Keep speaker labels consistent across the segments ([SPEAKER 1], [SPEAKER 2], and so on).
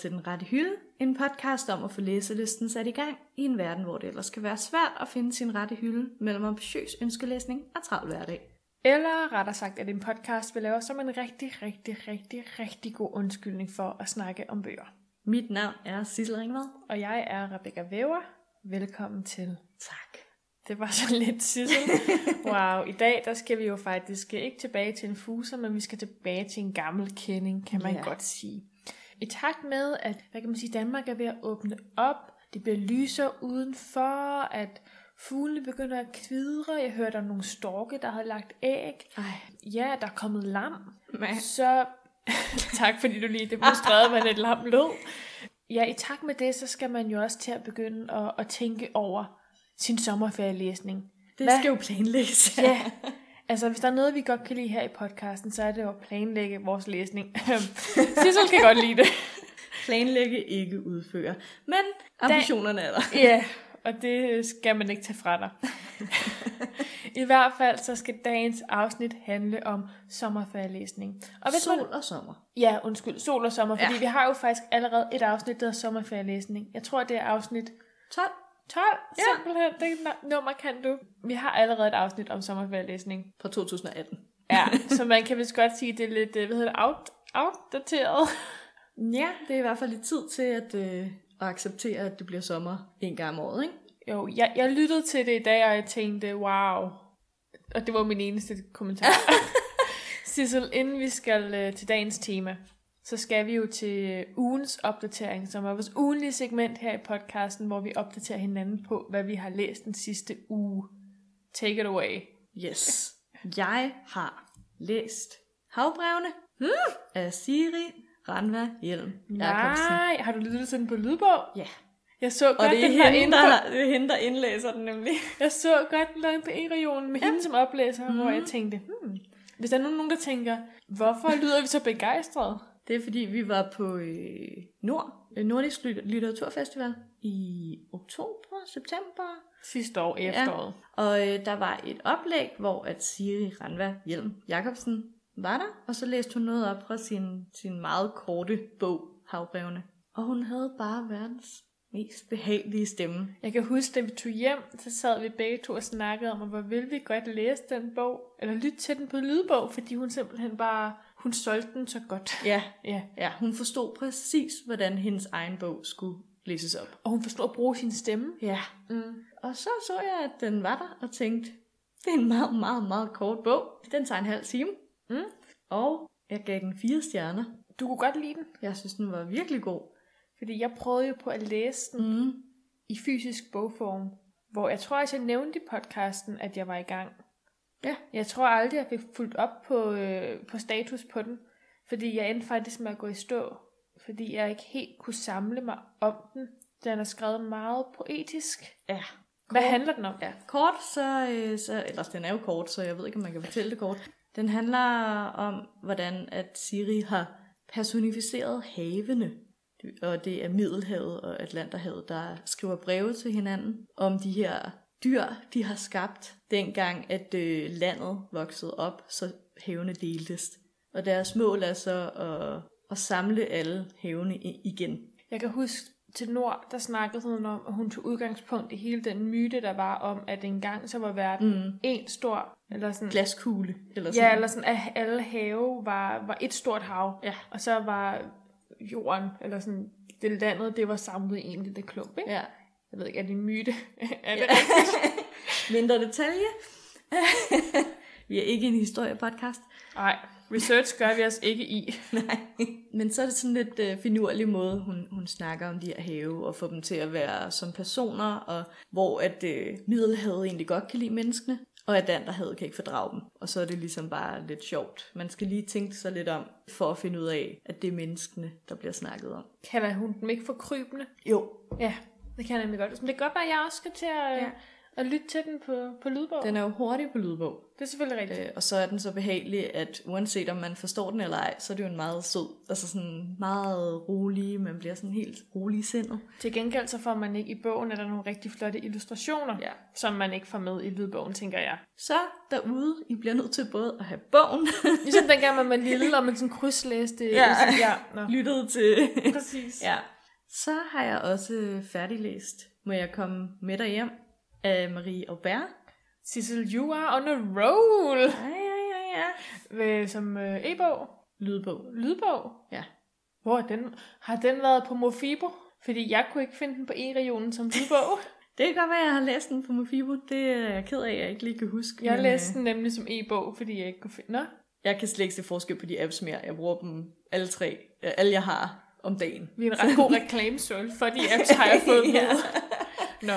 [SPEAKER 1] til Den Rette Hylde, en podcast om at få læselisten sat i gang i en verden, hvor det ellers kan være svært at finde sin rette hylde mellem ambitiøs ønskelæsning og travl hverdag.
[SPEAKER 2] Eller rettere sagt, at en podcast vil lave som en rigtig, rigtig, rigtig, rigtig god undskyldning for at snakke om bøger.
[SPEAKER 1] Mit navn er Sissel Ringvad.
[SPEAKER 2] Og jeg er Rebecca Væver. Velkommen til.
[SPEAKER 1] Tak.
[SPEAKER 2] Det var sådan lidt Sissel. Wow, i dag der skal vi jo faktisk ikke tilbage til en fuser, men vi skal tilbage til en gammel kending, kan man
[SPEAKER 1] Ja.
[SPEAKER 2] ja. godt sige. I takt med, at hvad kan man sige, Danmark er ved at åbne op, det bliver lysere udenfor, at fuglene begynder at kvidre, jeg hørte om nogle storke, der havde lagt æg,
[SPEAKER 1] Ej,
[SPEAKER 2] ja, der er kommet lam,
[SPEAKER 1] man.
[SPEAKER 2] så tak fordi du lige demonstrerede, hvordan et lam lød. Ja, i takt med det, så skal man jo også til at begynde at, at tænke over sin sommerferielæsning.
[SPEAKER 1] Det
[SPEAKER 2] Hvad?
[SPEAKER 1] skal jo planlægges.
[SPEAKER 2] Ja, altså hvis der er noget, vi godt kan lide her i podcasten, så er det jo at planlægge vores læsning. Sissel kan godt lide det.
[SPEAKER 1] Planlægge, ikke udføre. Men ambitionerne er der.
[SPEAKER 2] Ja, og det skal man ikke tage fra dig. I hvert fald, så skal dagens afsnit handle om sommerferielæsning. Og hvis man
[SPEAKER 1] Sol og sommer.
[SPEAKER 2] Ja, undskyld, sol og sommer, fordi
[SPEAKER 1] Ja.
[SPEAKER 2] ja. vi har jo faktisk allerede et afsnit, der hedder sommerferielæsning. Jeg tror, det er afsnit
[SPEAKER 1] 12.
[SPEAKER 2] 12, ja. simpelthen. Det n- nummer kan du. Vi har allerede et afsnit om sommerferielæsning.
[SPEAKER 1] Fra 2018.
[SPEAKER 2] Ja, så man kan vist godt sige, det er lidt, øh, hvad hedder det, out, outdateret.
[SPEAKER 1] Ja, det er i hvert fald lidt tid til at, øh, at acceptere, at det bliver sommer en gang om året, ikke?
[SPEAKER 2] Jo, jeg, jeg lyttede til det i dag, og jeg tænkte, wow. Og det var min eneste kommentar. Sissel, inden vi skal øh, til dagens tema, så skal vi jo til øh, ugens opdatering, som er vores ugenlige segment her i podcasten, hvor vi opdaterer hinanden på, hvad vi har læst den sidste uge. Take it away.
[SPEAKER 1] Yes. Jeg har læst Havbrevene hmm, af Siri Ranva Hjelm Jacobsen.
[SPEAKER 2] Nej, har du lyttet til den på lydbog?
[SPEAKER 1] Ja.
[SPEAKER 2] Jeg så godt,
[SPEAKER 1] Og det er,
[SPEAKER 2] den var
[SPEAKER 1] hende,
[SPEAKER 2] inde på
[SPEAKER 1] der, det er hende, der indlæser den nemlig.
[SPEAKER 2] Jeg så godt den lå inde på E-regionen med ja. hende som oplæser, mm. hvor jeg tænkte, hmm, hvis der er nogen, der tænker, hvorfor lyder vi så begejstrede?
[SPEAKER 1] Det er fordi, vi var på øh, Nord, øh, Nordisk Lit- Litteraturfestival i oktober, september.
[SPEAKER 2] Sidste år efteråret.
[SPEAKER 1] Og øh, der var et oplæg, hvor at Siri Ranva Hjelm Jacobsen var der, og så læste hun noget op fra sin, sin meget korte bog, Havbrevene. Og hun havde bare verdens mest behagelige stemme.
[SPEAKER 2] Jeg kan huske, da vi tog hjem, så sad vi begge to og snakkede om, hvor ville vi godt læse den bog, eller lytte til den på lydbog, fordi hun simpelthen bare, hun solgte den så godt.
[SPEAKER 1] Ja,
[SPEAKER 2] Ja,
[SPEAKER 1] ja, hun forstod præcis, hvordan hendes egen bog skulle læses op.
[SPEAKER 2] og hun forstod at bruge sin stemme.
[SPEAKER 1] Ja.
[SPEAKER 2] Mm.
[SPEAKER 1] Og så så jeg, at den var der, og tænkte, det er en meget, meget, meget kort bog. Den tager en halv time.
[SPEAKER 2] Mm.
[SPEAKER 1] Og jeg gav den fire stjerner.
[SPEAKER 2] Du kunne godt lide den,
[SPEAKER 1] Jeg synes, den var virkelig god.
[SPEAKER 2] fordi jeg prøvede jo på at læse den
[SPEAKER 1] Mm.
[SPEAKER 2] i fysisk bogform, hvor jeg tror også, jeg nævnte i podcasten, at jeg var i gang.
[SPEAKER 1] Ja.
[SPEAKER 2] Jeg tror aldrig, jeg fik fuldt op på, øh, på status på den, fordi jeg endte faktisk med at gå i stå, fordi jeg ikke helt kunne samle mig om den. Den er skrevet meget poetisk.
[SPEAKER 1] Ja.
[SPEAKER 2] Hvad
[SPEAKER 1] Kort.
[SPEAKER 2] handler den om?
[SPEAKER 1] Ja, kort, så, øh, så, eller den er jo kort, så jeg ved ikke, om man kan fortælle det kort. Den handler om, hvordan at Siri har personificeret havene, Det- og det er Middelhavet og Atlanterhavet, der skriver breve til hinanden om de her dyr, de har skabt, dengang at øh, landet voksede op, så havene deltes. Og deres mål er så at, at samle alle havene i- igen.
[SPEAKER 2] Jeg kan huske, til Nord, der snakkede hun om, at hun tog udgangspunkt i hele den myte, der var om, at engang så var verden
[SPEAKER 1] Mm.
[SPEAKER 2] en stor, eller sådan,
[SPEAKER 1] Glaskugle, eller sådan
[SPEAKER 2] ja, eller sådan, at alle have var, var et stort hav.
[SPEAKER 1] Ja.
[SPEAKER 2] Og så var jorden, eller sådan, det landet, det var samlet i en lille klump, ikke?
[SPEAKER 1] Ja.
[SPEAKER 2] Jeg ved ikke, er det en myte? er det
[SPEAKER 1] Ja. Mindre detalje. vi er ikke en historiepodcast.
[SPEAKER 2] Nej, research gør vi os ikke i.
[SPEAKER 1] Nej. Men så er det sådan lidt øh, finurlig måde, hun, hun snakker om de her have, og får dem til at være som personer, og hvor at øh, Middelhavet egentlig godt kan lide menneskene, og Atlanterhavet kan ikke fordrage dem. Og så er det ligesom bare lidt sjovt. Man skal lige tænke sig lidt om, for at finde ud af, at det er menneskene, der bliver snakket om.
[SPEAKER 2] Kalder hun dem ikke for krybende?
[SPEAKER 1] Jo.
[SPEAKER 2] Ja, det kan jeg nemlig godt. Men det kan godt være, at jeg også skal til at,
[SPEAKER 1] Ja.
[SPEAKER 2] ja. Og lyt til den på, på lydbog. Den.
[SPEAKER 1] Den er jo hurtig på lydbog.
[SPEAKER 2] Det er selvfølgelig rigtigt.
[SPEAKER 1] Øh, og så er den så behagelig, at uanset om man forstår den eller ej, så er det jo en meget sød, altså sådan meget rolig, man bliver sådan helt rolig i sindet.
[SPEAKER 2] Til gengæld så får man ikke i bogen, er der nogle rigtig flotte illustrationer,
[SPEAKER 1] Ja.
[SPEAKER 2] som man ikke får med i lydbogen, tænker jeg.
[SPEAKER 1] Så derude, I bliver nødt til både at have bogen,
[SPEAKER 2] Ligesom dengang, man var lille, og man sådan krydslæste.
[SPEAKER 1] Ja.
[SPEAKER 2] ja nå.
[SPEAKER 1] lyttet til...
[SPEAKER 2] præcis.
[SPEAKER 1] ja. Så har jeg også færdiglæst Må jeg komme med dig hjem af Marie Aubert.
[SPEAKER 2] Sissel, you are on a roll,
[SPEAKER 1] Ja, ja, ja, ja.
[SPEAKER 2] Ved, som øh, e-bog,
[SPEAKER 1] Lydbog.
[SPEAKER 2] lydbog.
[SPEAKER 1] Ja.
[SPEAKER 2] Hvor er den, har den været på Mofibo? Fordi jeg kunne ikke finde den på e-regionen som lydbog.
[SPEAKER 1] Det kan godt være, at jeg har læst den på Mofibo. Det er jeg ked af, at jeg ikke lige kan huske.
[SPEAKER 2] Jeg
[SPEAKER 1] men,
[SPEAKER 2] læste
[SPEAKER 1] øh,
[SPEAKER 2] den nemlig som e-bog, fordi jeg ikke kunne finde... Nå,
[SPEAKER 1] Jeg kan slet ikke se forskel på de apps mere. Jeg bruger dem alle tre. øh, Alle jeg har om dagen.
[SPEAKER 2] vi er en ret god reklamesøl, for de apps har jeg fået med.
[SPEAKER 1] Ja.
[SPEAKER 2] Nå,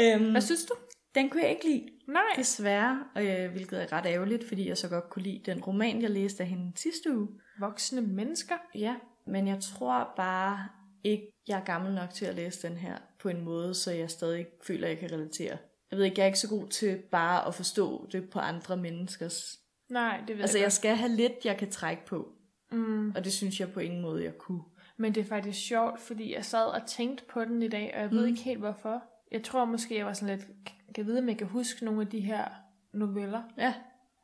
[SPEAKER 1] Øhm,
[SPEAKER 2] hvad synes du?
[SPEAKER 1] den kunne jeg ikke lide.
[SPEAKER 2] Nej.
[SPEAKER 1] Desværre, øh, hvilket er ret ærgerligt, fordi jeg så godt kunne lide den roman, jeg læste af hende sidste uge.
[SPEAKER 2] Voksne mennesker.
[SPEAKER 1] Ja, men jeg tror bare ikke, jeg er gammel nok til at læse den her på en måde, så jeg stadig føler, at jeg kan relatere. Jeg ved ikke, jeg er ikke så god til bare at forstå det på andre menneskers.
[SPEAKER 2] Nej, det ved
[SPEAKER 1] Altså,
[SPEAKER 2] jeg
[SPEAKER 1] jeg skal have lidt, jeg kan trække på,
[SPEAKER 2] godt. Mm.
[SPEAKER 1] og det synes jeg på ingen måde, jeg kunne.
[SPEAKER 2] Men det er faktisk sjovt, fordi jeg sad og tænkte på den i dag, og jeg ved
[SPEAKER 1] Mm.
[SPEAKER 2] ikke helt hvorfor. Jeg tror måske, jeg var sådan lidt, kan vide, om jeg kan huske nogle af de her noveller.
[SPEAKER 1] Ja,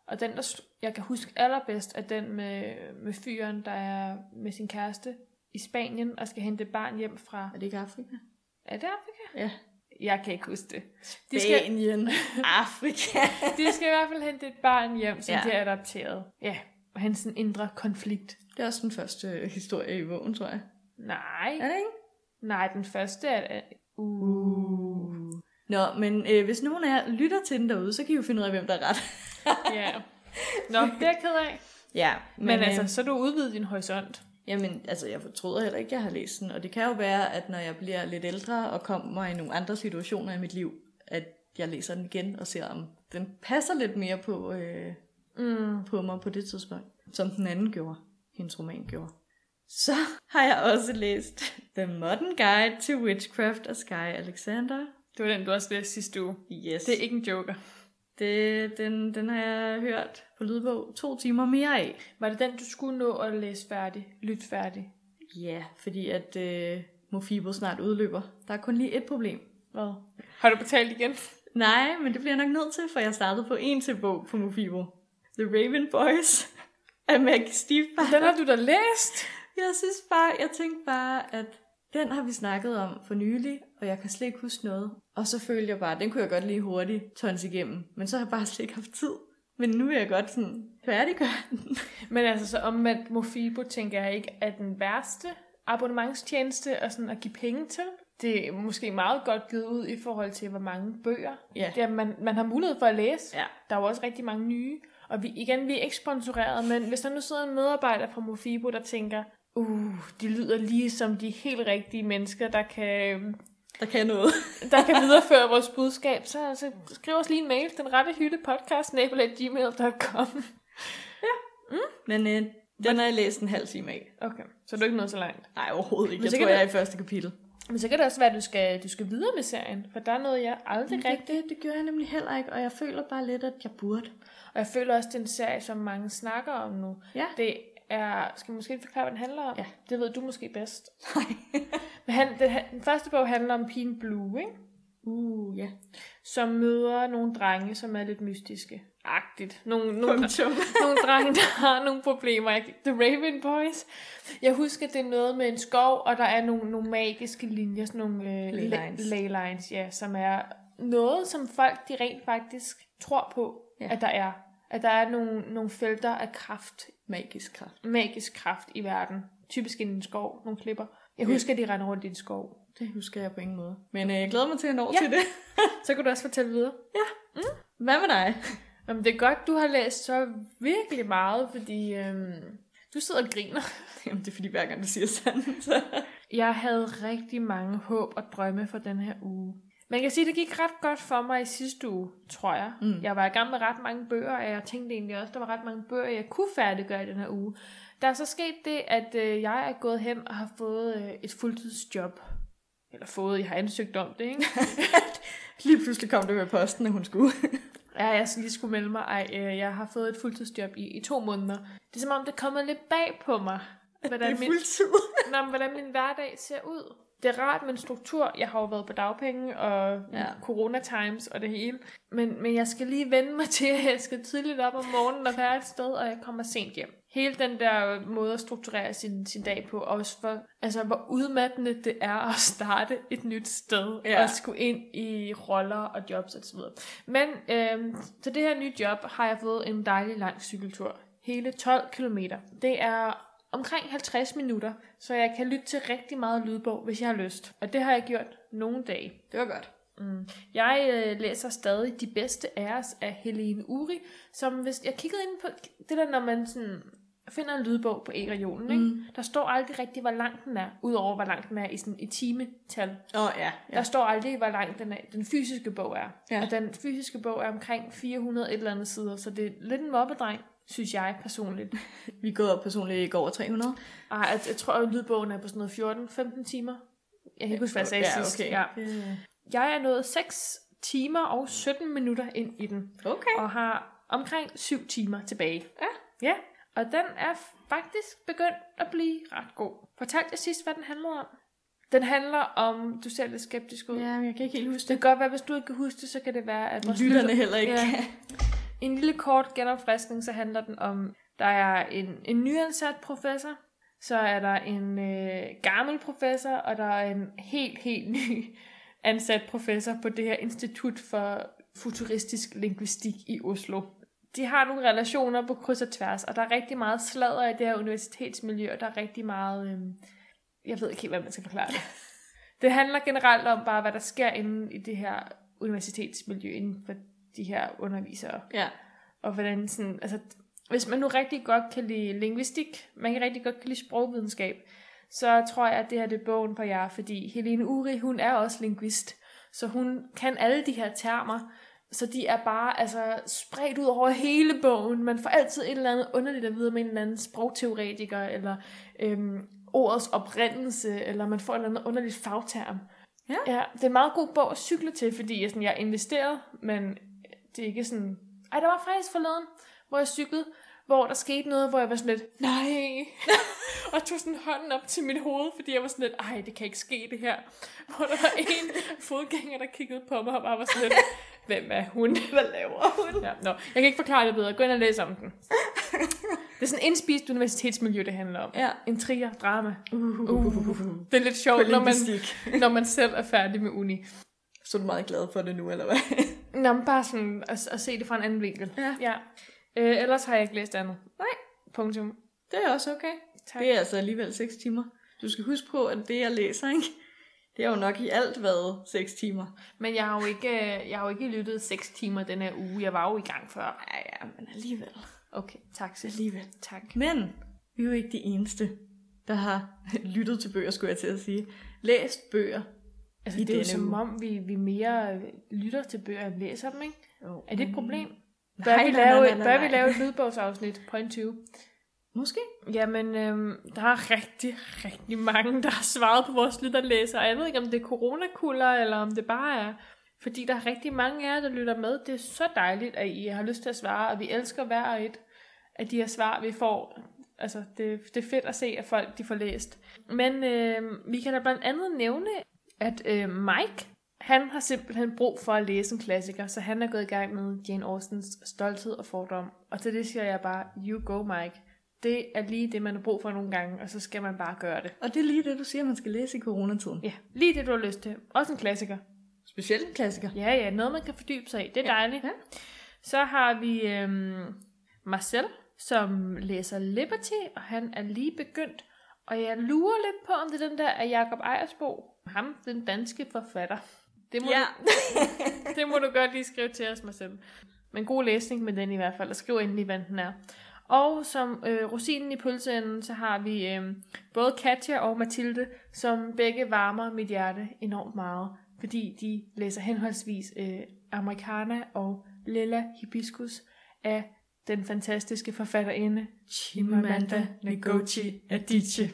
[SPEAKER 2] Og den, der st- jeg kan huske allerbedst, er den med, med fyren, der er med sin kæreste i Spanien og skal hente et barn hjem fra...
[SPEAKER 1] er det ikke Afrika?
[SPEAKER 2] Er det Afrika?
[SPEAKER 1] Ja.
[SPEAKER 2] Jeg kan ikke huske det. De skal,
[SPEAKER 1] Spanien, Afrika.
[SPEAKER 2] de skal i hvert fald hente et barn hjem, som
[SPEAKER 1] Ja.
[SPEAKER 2] ja. de er adopteret. Ja, og hans sådan indre konflikt.
[SPEAKER 1] Det er også den første øh, historie i bogen, tror jeg.
[SPEAKER 2] Nej,
[SPEAKER 1] Er det ikke?
[SPEAKER 2] nej, den første er... er- Uh.
[SPEAKER 1] Uh. Nå, men øh, hvis nogen af jer lytter til den derude, så kan I jo finde ud af, hvem der er ret.
[SPEAKER 2] Ja. Nå, det er jeg ked af.
[SPEAKER 1] Ja,
[SPEAKER 2] Men, Men altså, så du udvidet din horisont.
[SPEAKER 1] øh, Jamen, altså, jeg fortryder heller ikke, at jeg har læst den. Og det kan jo være, at når jeg bliver lidt ældre og kommer i nogle andre situationer i mit liv, at jeg læser den igen og ser, om den passer lidt mere på, øh,
[SPEAKER 2] Mm.
[SPEAKER 1] på mig på det tidspunkt, som den anden gjorde, hendes roman gjorde. Så har jeg også læst The Modern Guide to Witchcraft af Sky Alexander.
[SPEAKER 2] Det var den, du også læste sidste uge.
[SPEAKER 1] Yes.
[SPEAKER 2] Det er ikke en joker.
[SPEAKER 1] det, den, den har jeg hørt på lydbog to timer mere af.
[SPEAKER 2] Var det den, du skulle nå at læse færdig? Lyt færdig?
[SPEAKER 1] Ja, fordi at øh, Mofibo snart udløber. Der er kun lige et problem.
[SPEAKER 2] Hvad? Har du betalt igen?
[SPEAKER 1] Nej, men det bliver jeg nok nødt til, for jeg startede på en til bog på Mofibo. The Raven Boys af Maggie Stiefbar.
[SPEAKER 2] Den har du da læst!
[SPEAKER 1] Jeg synes bare, jeg tænkte bare, at den har vi snakket om for nylig, og jeg kan slet ikke huske noget. Og så følte jeg bare, den kunne jeg godt lige hurtigt tons igennem, men så har jeg bare slet ikke haft tid. Men nu er jeg godt sådan færdiggøre den.
[SPEAKER 2] Men altså, så omvendt Mofibo, tænker jeg ikke, er den værste abonnementstjeneste og sådan at give penge til. Det er måske meget godt givet ud i forhold til, hvor mange bøger
[SPEAKER 1] Ja.
[SPEAKER 2] ja, man, man har mulighed for at læse.
[SPEAKER 1] Ja.
[SPEAKER 2] Der er jo også rigtig mange nye. Og vi, igen, vi er ikke sponsoreret, men hvis der nu sidder en medarbejder fra Mofibo, der tænker, uh, de lyder lige som de helt rigtige mennesker, der kan,
[SPEAKER 1] Der kan jeg noget.
[SPEAKER 2] der kan videreføre vores budskab, så, så skriv os lige en mail, den rette hylde podcast, gmail.com.
[SPEAKER 1] Men øh, den har jeg læst en halv time af.
[SPEAKER 2] Okay, så er du ikke nået så langt.
[SPEAKER 1] Nej, overhovedet ikke.
[SPEAKER 2] Men
[SPEAKER 1] Jeg
[SPEAKER 2] så
[SPEAKER 1] tror,
[SPEAKER 2] kan
[SPEAKER 1] jeg er i første kapitel.
[SPEAKER 2] Men så kan det også være, at du skal, du skal videre med serien, for der er noget, jeg aldrig
[SPEAKER 1] Det,
[SPEAKER 2] rigtig...
[SPEAKER 1] det, det gjorde jeg nemlig heller ikke, og jeg føler bare lidt, at jeg burde.
[SPEAKER 2] Og jeg føler også, det er en serie, som mange snakker om nu.
[SPEAKER 1] Ja.
[SPEAKER 2] Det er... Skal vi måske ikke forklare, hvad den handler om?
[SPEAKER 1] Ja.
[SPEAKER 2] Det ved du måske bedst. Men han, den, han- den første bog handler om pigen Blue, ikke?
[SPEAKER 1] Uh, ja.
[SPEAKER 2] som møder nogle drenge, som er lidt mystiske. Agtigt. Nogle, nogle,
[SPEAKER 1] Punktum.
[SPEAKER 2] nogle drenge, der har nogle problemer. Jeg kan- The Raven Boys. Jeg husker, det er noget med en skov, og der er nogle, nogle magiske linjer, sådan nogle øh,
[SPEAKER 1] Ley
[SPEAKER 2] la-
[SPEAKER 1] lines.
[SPEAKER 2] ley lines, ja, som er noget, som folk de rent faktisk tror på,
[SPEAKER 1] Ja.
[SPEAKER 2] ja. at der er. At der er nogle, nogle felter af kraft,
[SPEAKER 1] Magisk kraft.
[SPEAKER 2] magisk kraft i verden. Typisk i en skov, nogle klipper. Jeg husker, de render rundt i en skov.
[SPEAKER 1] Det husker jeg på ingen måde. Men øh, jeg glæder mig til at nå ja.
[SPEAKER 2] Ja.
[SPEAKER 1] til det.
[SPEAKER 2] Så kan du også fortælle videre.
[SPEAKER 1] Hvad med dig?
[SPEAKER 2] Jamen, det er godt, du har læst så virkelig meget, fordi øhm, du sidder og griner.
[SPEAKER 1] Jamen, det er fordi, hver gang du siger sanden, så...
[SPEAKER 2] Jeg havde rigtig mange håb og drømme for den her uge. Man kan sige, at det gik ret godt for mig i sidste uge, tror jeg.
[SPEAKER 1] Mm.
[SPEAKER 2] Jeg var i gang med ret mange bøger, og jeg tænkte egentlig også, at der var ret mange bøger, jeg kunne færdiggøre i den her uge. Der er så sket det, at øh, jeg er gået hen og har fået øh, et fuldtidsjob. Eller fået, jeg har ansøgt om det, ikke?
[SPEAKER 1] Lige pludselig kom det med posten, at hun skulle.
[SPEAKER 2] Ja, jeg skal lige skulle melde mig. Ej, øh, jeg har fået et fuldtidsjob i, i to måneder. Det er som om, det kommer lidt bag på mig.
[SPEAKER 1] Det
[SPEAKER 2] Hvordan
[SPEAKER 1] er
[SPEAKER 2] min,
[SPEAKER 1] fuldtid.
[SPEAKER 2] Nå, men hvordan min hverdag ser ud. Det er rart med en struktur. Jeg har jo været på dagpenge og
[SPEAKER 1] Ja.
[SPEAKER 2] ja. corona times og det hele. Men, men jeg skal lige vende mig til, at jeg skal tidligt op om morgenen og være et sted, og jeg kommer sent hjem. Hele den der måde at strukturere sin, sin dag på, også for, altså hvor udmattende det er at starte et nyt sted,
[SPEAKER 1] Ja.
[SPEAKER 2] ja. og skulle ind i roller og jobs osv. Men øhm, til det her nye job har jeg fået en dejlig lang cykeltur. Hele 12 km. Det er omkring 50 minutter, så jeg kan lytte til rigtig meget lydbog, hvis jeg har lyst. Og det har jeg gjort nogle dage.
[SPEAKER 1] Det var godt.
[SPEAKER 2] Mm. Jeg øh, læser stadig De bedste af os af Helene Uri, som hvis jeg kiggede ind på det der, når man sådan finder en lydbog på e-regionen,
[SPEAKER 1] Mm.
[SPEAKER 2] mm. der står aldrig rigtigt, hvor lang den er, udover hvor lang den er i, sådan, i timetal.
[SPEAKER 1] Åh, oh, ja.
[SPEAKER 2] Ja. Der står aldrig, hvor lang den, er, den fysiske bog er.
[SPEAKER 1] Ja.
[SPEAKER 2] Ja. Og den fysiske bog er omkring 400 et eller andet sider, så det er lidt en mobbedreng, synes jeg personligt.
[SPEAKER 1] Vi er gået op personligt i går over 300.
[SPEAKER 2] Ej, jeg, jeg tror, at lydbogen er på sådan noget 14-15 timer. Jeg kan ikke huske, hvad jeg sagde
[SPEAKER 1] ja,
[SPEAKER 2] sidst.
[SPEAKER 1] okay.
[SPEAKER 2] Ja.
[SPEAKER 1] Det-
[SPEAKER 2] Jeg er nået 6 timer og 17 minutter ind i den,
[SPEAKER 1] Okay.
[SPEAKER 2] og har omkring 7 timer tilbage.
[SPEAKER 1] Ja.
[SPEAKER 2] Ja, og den er faktisk begyndt at blive ret god. Fortalte jeg sidst, hvad den handlede om? Den handler om, du ser lidt skeptisk ud.
[SPEAKER 1] Ja, men jeg kan ikke helt huske
[SPEAKER 2] Det kan godt være, hvis du ikke kan huske det, så kan det være, at vores
[SPEAKER 1] Lytterne heller ikke.
[SPEAKER 2] Ja. i en lille kort genopfriskning, så handler den om, der er en, en nyansat professor, så er der en øh, gammel professor, og der er en helt, helt ny ansat professor på det her Institut for Futuristisk Linguistik i Oslo. De har nogle relationer på kryds og tværs, og der er rigtig meget sladder i det her universitetsmiljø, og der er rigtig meget... Øh, jeg ved ikke helt, hvordan man skal forklare det. Det handler generelt om bare, hvad der sker inden i det her universitetsmiljø, inden for de her undervisere
[SPEAKER 1] ja.
[SPEAKER 2] og hvordan sådan, altså, hvis man nu rigtig godt kan lide linguistik, man kan rigtig godt kan lide sprogvidenskab, så tror jeg, at det her det er bogen for jer, fordi Helene Uri, hun er også linguist, så hun kan alle de her termer, så de er bare altså, spredt ud over hele bogen. Man får altid et eller andet underligt at vide med en eller anden sprogteoretiker, eller øhm, ordets oprindelse, eller man får et eller andet underligt fagterm.
[SPEAKER 1] Ja.
[SPEAKER 2] ja det er en meget god bog at cykle til, fordi jeg, sådan, jeg er investeret, men det er ikke sådan... Ej, der var faktisk forleden, hvor jeg cyklede, hvor der skete noget, hvor jeg var sådan lidt, nej, og tog sådan hånden op til mit hoved, fordi jeg var sådan lidt, ej, det kan ikke ske det her. Hvor der var en fodgænger, der kiggede på mig og bare var sådan lidt, hvem er hun?
[SPEAKER 1] Hvad laver hun?
[SPEAKER 2] Ja, no. Jeg kan ikke forklare det bedre. Gå ind og læs om den. Det er sådan indspist universitetsmiljø, det handler om.
[SPEAKER 1] Ja.
[SPEAKER 2] Intriger, drama.
[SPEAKER 1] Uh,
[SPEAKER 2] Det er lidt sjovt, når man,
[SPEAKER 1] Politik.
[SPEAKER 2] når man selv er færdig med uni.
[SPEAKER 1] Så er du meget glad for det nu, eller hvad?
[SPEAKER 2] Nå, men bare sådan at, at se det fra en anden vinkel.
[SPEAKER 1] Ja.
[SPEAKER 2] ja. Øh, ellers har jeg ikke læst andet.
[SPEAKER 1] Nej.
[SPEAKER 2] Punktum.
[SPEAKER 1] Det er også okay.
[SPEAKER 2] Tak.
[SPEAKER 1] Det er altså alligevel 6 timer. Du skal huske på, at det, jeg læser, ikke? det har jo nok i alt været 6 timer.
[SPEAKER 2] Men jeg har jo ikke, øh, jeg har jo ikke lyttet 6 timer den her uge. Jeg var jo i gang før.
[SPEAKER 1] Ja, ja, men alligevel.
[SPEAKER 2] Okay, tak Sis.
[SPEAKER 1] Alligevel.
[SPEAKER 2] Tak.
[SPEAKER 1] Men vi er jo ikke de eneste, der har lyttet til bøger, skulle jeg til at sige. Læst bøger.
[SPEAKER 2] Altså,
[SPEAKER 1] I
[SPEAKER 2] det er jo
[SPEAKER 1] denne
[SPEAKER 2] som
[SPEAKER 1] uge.
[SPEAKER 2] om, vi, vi mere øh, lytter til bøger end læser dem, ikke?
[SPEAKER 1] Oh.
[SPEAKER 2] Er det et problem?
[SPEAKER 1] Nej,
[SPEAKER 2] Bør,
[SPEAKER 1] nej,
[SPEAKER 2] vi,
[SPEAKER 1] nej,
[SPEAKER 2] lave,
[SPEAKER 1] nej, nej,
[SPEAKER 2] bør
[SPEAKER 1] nej.
[SPEAKER 2] vi lave et lydbogsafsnit på en 20?
[SPEAKER 1] Mm. Måske.
[SPEAKER 2] Jamen, øhm, der er rigtig, rigtig mange, der har svaret på vores lytterlæser. Og jeg ved ikke, om det er coronakuller, eller om det bare er... Fordi der er rigtig mange af jer, der lytter med. Det er så dejligt, at I har lyst til at svare, og vi elsker hver og et af de her svar, vi får. Altså, det, det er fedt at se, at folk de får læst. Men øh, vi kan da blandt andet nævne, at øh, Mike, han har simpelthen brug for at læse en klassiker, så han er gået i gang med Jane Austens Stolthed og Fordom. Og til det siger jeg bare, you go Mike. Det er lige det, man har brug for nogle gange, og så skal man bare gøre det.
[SPEAKER 1] Og det er lige det, du siger, man skal læse i coronatiden.
[SPEAKER 2] Ja, lige det, du har lyst til. Også en klassiker.
[SPEAKER 1] Specielt en klassiker.
[SPEAKER 2] Ja, ja, noget man kan fordybe sig i. Det er
[SPEAKER 1] Ja.
[SPEAKER 2] dejligt.
[SPEAKER 1] Ja.
[SPEAKER 2] Så har vi øhm, Marcel, som læser Liberty, og han er lige begyndt. Og jeg lurer lidt på, om det er den der af Jakob Ejersbo. Ham, den danske forfatter. Det må,
[SPEAKER 1] Ja.
[SPEAKER 2] du, det må du godt lige skrive til os, Marcel. Men god læsning med den i hvert fald, og skriv endelig, hvad den er. Og som øh, rosinen i pølseenden, så har vi øh, både Katja og Mathilde, som begge varmer mit hjerte enormt meget, fordi de læser henholdsvis øh, Americana og Lilla Hibiscus af den fantastiske forfatterinde Chimamanda Ngozi Adichie.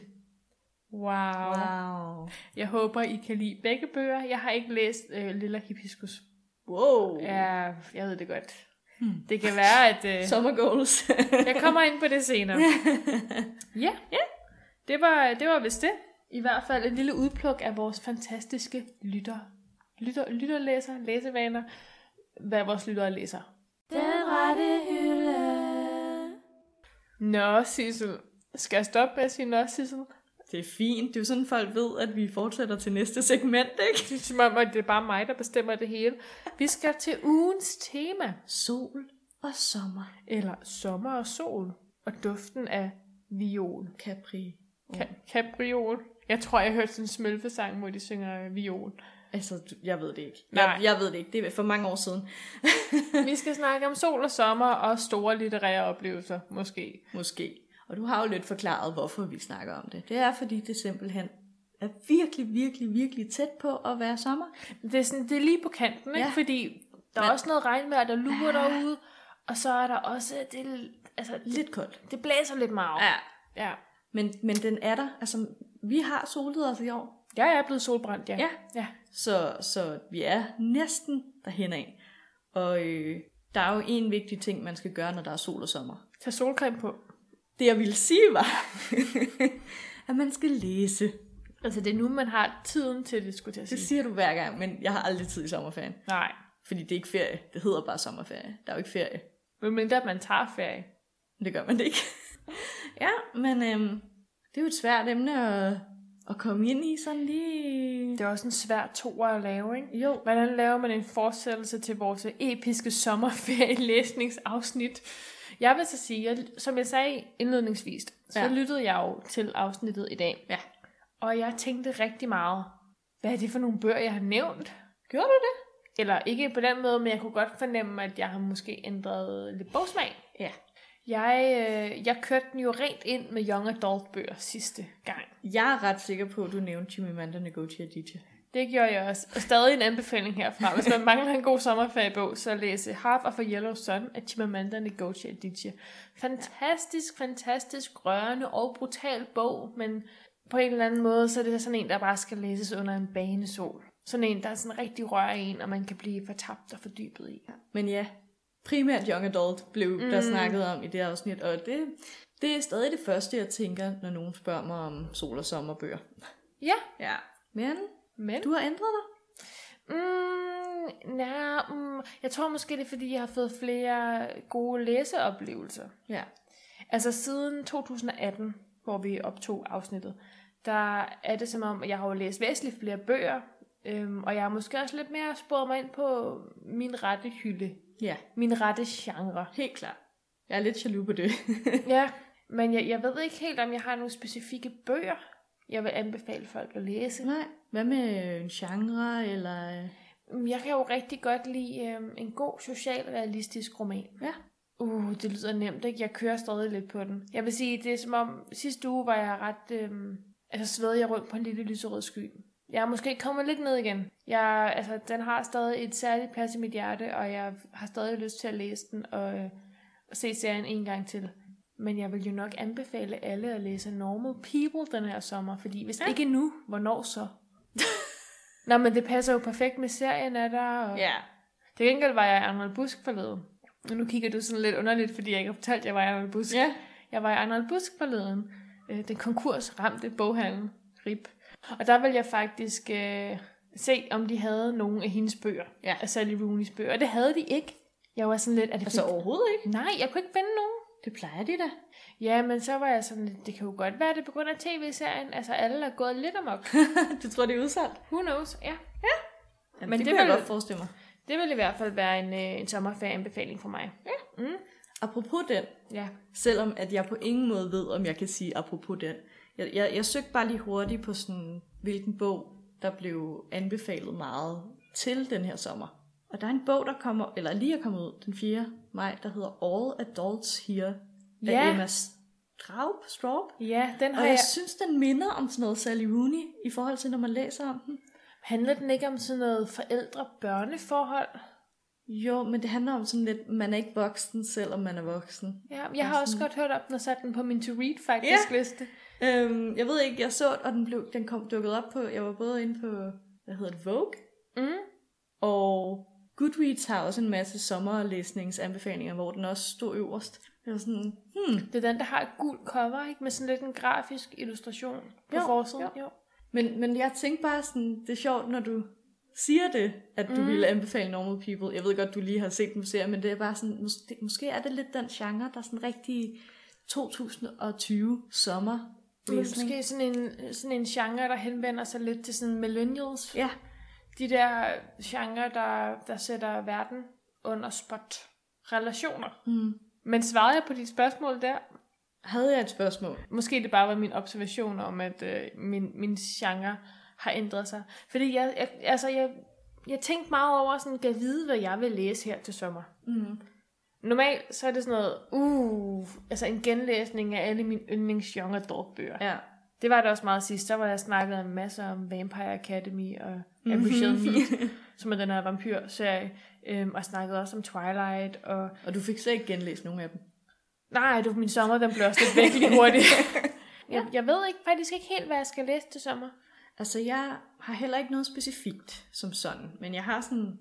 [SPEAKER 2] Wow. wow.
[SPEAKER 1] Wow.
[SPEAKER 2] Jeg håber, I kan lide begge bøger. Jeg har ikke læst øh, Lilla Hibiscus.
[SPEAKER 1] Wow.
[SPEAKER 2] Ja, jeg ved det godt. Det kan være, at... Øh,
[SPEAKER 1] Summer goals.
[SPEAKER 2] jeg kommer ind på det senere. Ja, ja. Det var, det var vist det. I hvert fald et lille udpluk af vores fantastiske lytter. Lytter, lytter læser, læsevaner. Hvad vores lyttere læser.
[SPEAKER 1] Den rette hylde.
[SPEAKER 2] Nå, Sissel. Skal jeg stoppe med at sige nå, Sissel?
[SPEAKER 1] Det er fint. Det er jo sådan, folk ved, at vi fortsætter til næste segment, ikke?
[SPEAKER 2] Det er som om, at det er bare mig, der bestemmer det hele. Vi skal til ugens tema.
[SPEAKER 1] Sol og sommer.
[SPEAKER 2] Eller sommer og sol. Og duften af viol.
[SPEAKER 1] Capri.
[SPEAKER 2] Ka- Capriol. Jeg tror, jeg hørte sådan en smølfesang, hvor de synger øh, viol.
[SPEAKER 1] Altså, du- jeg ved det ikke.
[SPEAKER 2] Nej.
[SPEAKER 1] Jeg, jeg ved det ikke. Det er for mange år siden.
[SPEAKER 2] Vi skal snakke om sol og sommer og store litterære oplevelser, måske.
[SPEAKER 1] Måske. Og du har jo lidt forklaret, hvorfor vi snakker om det. Det er, fordi det simpelthen er virkelig, virkelig, virkelig tæt på at være sommer.
[SPEAKER 2] Det er, sådan, det er lige på kanten, ikke?
[SPEAKER 1] Ja.
[SPEAKER 2] fordi der er
[SPEAKER 1] Men-
[SPEAKER 2] også noget regnvejr, der lurer
[SPEAKER 1] Ah.
[SPEAKER 2] derude, og så er der også, det, er- altså, lidt,
[SPEAKER 1] Lidt koldt.
[SPEAKER 2] det blæser lidt meget. Ja.
[SPEAKER 1] Men, men den er der. Altså, vi har solet os i år.
[SPEAKER 2] Jeg er blevet solbrændt, ja.
[SPEAKER 1] Ja.
[SPEAKER 2] ja.
[SPEAKER 1] Så, så vi er næsten derhen af. Og øh, der er jo en vigtig ting, man skal gøre, når der er sol og sommer.
[SPEAKER 2] Tag solcreme på.
[SPEAKER 1] Det jeg ville sige var, at man skal læse.
[SPEAKER 2] Altså, det er nu, man har tiden til det, skulle jeg til
[SPEAKER 1] Det
[SPEAKER 2] at sige.
[SPEAKER 1] siger du hver gang, men jeg har aldrig tid i sommerferien.
[SPEAKER 2] Nej,
[SPEAKER 1] Fordi det er ikke ferie. Det hedder bare sommerferie. Der er jo ikke ferie.
[SPEAKER 2] medmindre man tager ferie.
[SPEAKER 1] Men det gør man det ikke. ja, men øhm, det er jo et svært emne at, at komme ind i sådan lige...
[SPEAKER 2] Det er også en svær toer at lave, ikke?
[SPEAKER 1] Jo,
[SPEAKER 2] Hvordan laver man en fortsættelse til vores episke sommerferielæsningsafsnit? Jeg vil så sige, at som jeg sagde indledningsvis, så ja.
[SPEAKER 1] Ja.
[SPEAKER 2] lyttede jeg jo til afsnittet i dag.
[SPEAKER 1] Ja.
[SPEAKER 2] Og jeg tænkte rigtig meget, hvad er det for nogle bøger, jeg har nævnt? Gjorde du det? Eller ikke på den måde, men jeg kunne godt fornemme, at jeg har måske ændret lidt bogsmag.
[SPEAKER 1] Ja.
[SPEAKER 2] Jeg, øh, jeg kørte den jo rent ind med young adult bøger sidste gang.
[SPEAKER 1] jeg er ret sikker på, at du nævnte Chimamanda Ngozi Adichie.
[SPEAKER 2] Det gjorde jeg også. Og stadig en anbefaling herfra. Hvis man mangler en god sommerferiebog, så læs øh, Half of a Yellow Sun af Chimamanda Ngozi Adichie. Fantastisk, fantastisk rørende og brutal bog, men på en eller anden måde, så er det sådan en, der bare skal læses under en banesol. Sådan en, der er sådan rigtig rør i en, og man kan blive fortabt og fordybet i.
[SPEAKER 1] Men ja, primært Young Adult blev mm. der snakket om i det afsnit, og det, det er stadig det første, jeg tænker, når nogen spørger mig om sol- og sommerbøger.
[SPEAKER 2] Ja,
[SPEAKER 1] Ja. Men
[SPEAKER 2] men...
[SPEAKER 1] du har ændret dig.
[SPEAKER 2] Mm, nej, mm, jeg tror måske, det er, fordi jeg har fået flere gode læseoplevelser.
[SPEAKER 1] Ja.
[SPEAKER 2] Altså siden 2018, hvor vi optog afsnittet, der er det som om, at jeg har jo læst væsentligt flere bøger, øhm, og jeg har måske også lidt mere sporet mig ind på min rette hylde,
[SPEAKER 1] Ja,
[SPEAKER 2] min rette genre.
[SPEAKER 1] helt klart. Jeg er lidt jaloux på det.
[SPEAKER 2] Ja, men jeg, jeg ved ikke helt, om jeg har nogle specifikke bøger, jeg vil anbefale folk at læse.
[SPEAKER 1] Nej. Hvad med en genre, eller... øh,
[SPEAKER 2] Mm, Jeg kan jo rigtig godt lide øhm, en god socialrealistisk roman.
[SPEAKER 1] Ja.
[SPEAKER 2] Uh, det lyder nemt, ikke? Jeg kører stadig lidt på den. Jeg vil sige, det er som om, sidste uge var jeg ret... Øhm, altså sved jeg rundt på en lille lyserød sky. Jeg er måske kommet lidt ned igen. Jeg, altså, den har stadig et særligt plads i mit hjerte, og jeg har stadig lyst til at læse den og øh, se serien en gang til. Men jeg vil jo nok anbefale alle at læse Normal People den her sommer, fordi hvis ja. ikke nu, hvornår så? Nå, men det passer jo perfekt med serien er der, og
[SPEAKER 1] Ja.
[SPEAKER 2] til gengæld var jeg i Arnold Busk forleden. Og nu kigger du sådan lidt underligt, fordi jeg ikke har fortalt, at jeg var i Arnold Busk.
[SPEAKER 1] Ja.
[SPEAKER 2] Jeg var i Arnold Busk forleden. Øh, Den konkursramte boghandel. RIP. Og der ville jeg faktisk øh, se, om de havde nogen af hendes bøger.
[SPEAKER 1] Ja.
[SPEAKER 2] Af Sally Rooney's bøger. Og det havde de ikke. Jeg var sådan lidt... Er det
[SPEAKER 1] Altså
[SPEAKER 2] fordi-
[SPEAKER 1] overhovedet ikke.
[SPEAKER 2] Nej, jeg kunne ikke finde nogen.
[SPEAKER 1] Det plejer de da.
[SPEAKER 2] Ja, men så var jeg sådan lidt, det kan jo godt være, det er på grund af tv-serien. Altså, alle er gået lidt amok.
[SPEAKER 1] du tror, det er udsolgt?
[SPEAKER 2] Who knows? Ja.
[SPEAKER 1] Jamen,
[SPEAKER 2] Men
[SPEAKER 1] Men det,
[SPEAKER 2] det
[SPEAKER 1] det kan
[SPEAKER 2] vil-
[SPEAKER 1] jeg godt forestille mig.
[SPEAKER 2] Det ville i hvert fald være en, øh, en sommerferieanbefaling for mig. Ja. Mm.
[SPEAKER 1] Apropos den,
[SPEAKER 2] Ja.
[SPEAKER 1] Selvom at jeg på ingen måde ved, om jeg kan sige apropos den. Jeg, jeg, jeg søgte bare lige hurtigt på sådan, hvilken bog, der blev anbefalet meget til den her sommer. Og der er en bog, der kommer, eller lige er kommet ud den 4. maj, der hedder All Adults Here af
[SPEAKER 2] Ja.
[SPEAKER 1] Emma Straub. Straub.
[SPEAKER 2] Ja, den har
[SPEAKER 1] Og jeg
[SPEAKER 2] jeg...
[SPEAKER 1] synes, den minder om sådan noget Sally Rooney, i forhold til, når man læser om den.
[SPEAKER 2] Handler den ikke om sådan noget forældre-børneforhold?
[SPEAKER 1] Jo, men det handler om sådan lidt, man er ikke voksen, selvom man er voksen.
[SPEAKER 2] Ja, jeg har også godt hørt om den og sat den på min to read faktisk ja. liste.
[SPEAKER 1] Øhm, jeg ved ikke, jeg så den, og den, blev, den kom dukket op på, jeg var både inde på, hvad hedder det, Vogue,
[SPEAKER 2] Mm.
[SPEAKER 1] og Goodreads har også en masse sommerlæsningsanbefalinger, hvor den også stod øverst. Det var sådan, hmm.
[SPEAKER 2] Det er den, der har et gult cover, ikke? Med sådan lidt en grafisk illustration på
[SPEAKER 1] Jo,
[SPEAKER 2] forsiden.
[SPEAKER 1] jo. Men, men jeg tænkte bare sådan, det er sjovt, når du siger det, at du mm. ville anbefale Normal People. Jeg ved godt, du lige har set den serie, men det er bare sådan, mås- det- måske er det lidt den genre, der er sådan rigtig 2020 sommer.
[SPEAKER 2] Men måske sådan en, sådan en genre, der henvender sig lidt til sådan millennials.
[SPEAKER 1] Ja,
[SPEAKER 2] De der genre, der, der sætter verden under spot. Relationer.
[SPEAKER 1] Mm.
[SPEAKER 2] Men svarede jeg på dit spørgsmål der?
[SPEAKER 1] havde jeg et spørgsmål?
[SPEAKER 2] Måske det bare var min observation om, at øh, min, min genre har ændret sig. Fordi jeg, jeg, altså jeg, jeg tænkte meget over, sådan, kan vide, hvad jeg vil læse her til sommer.
[SPEAKER 1] Mm.
[SPEAKER 2] Normalt så er det sådan noget, uh, altså en genlæsning af alle mine yndlings young adult bøger.
[SPEAKER 1] Ja.
[SPEAKER 2] Det var det også meget sidst, der var jeg snakket en masse om Vampire Academy og Appreciate Me, som er den her vampyrserie, øhm, og snakkede også om Twilight, og
[SPEAKER 1] Og du fik slet ikke genlæst nogen af dem.
[SPEAKER 2] nej, du, min sommer, den blev også lidt væk lige hurtigt. jeg, jeg ved ikke, faktisk ikke helt, hvad jeg skal læse til sommer.
[SPEAKER 1] Altså, jeg har heller ikke noget specifikt som sådan, men jeg har sådan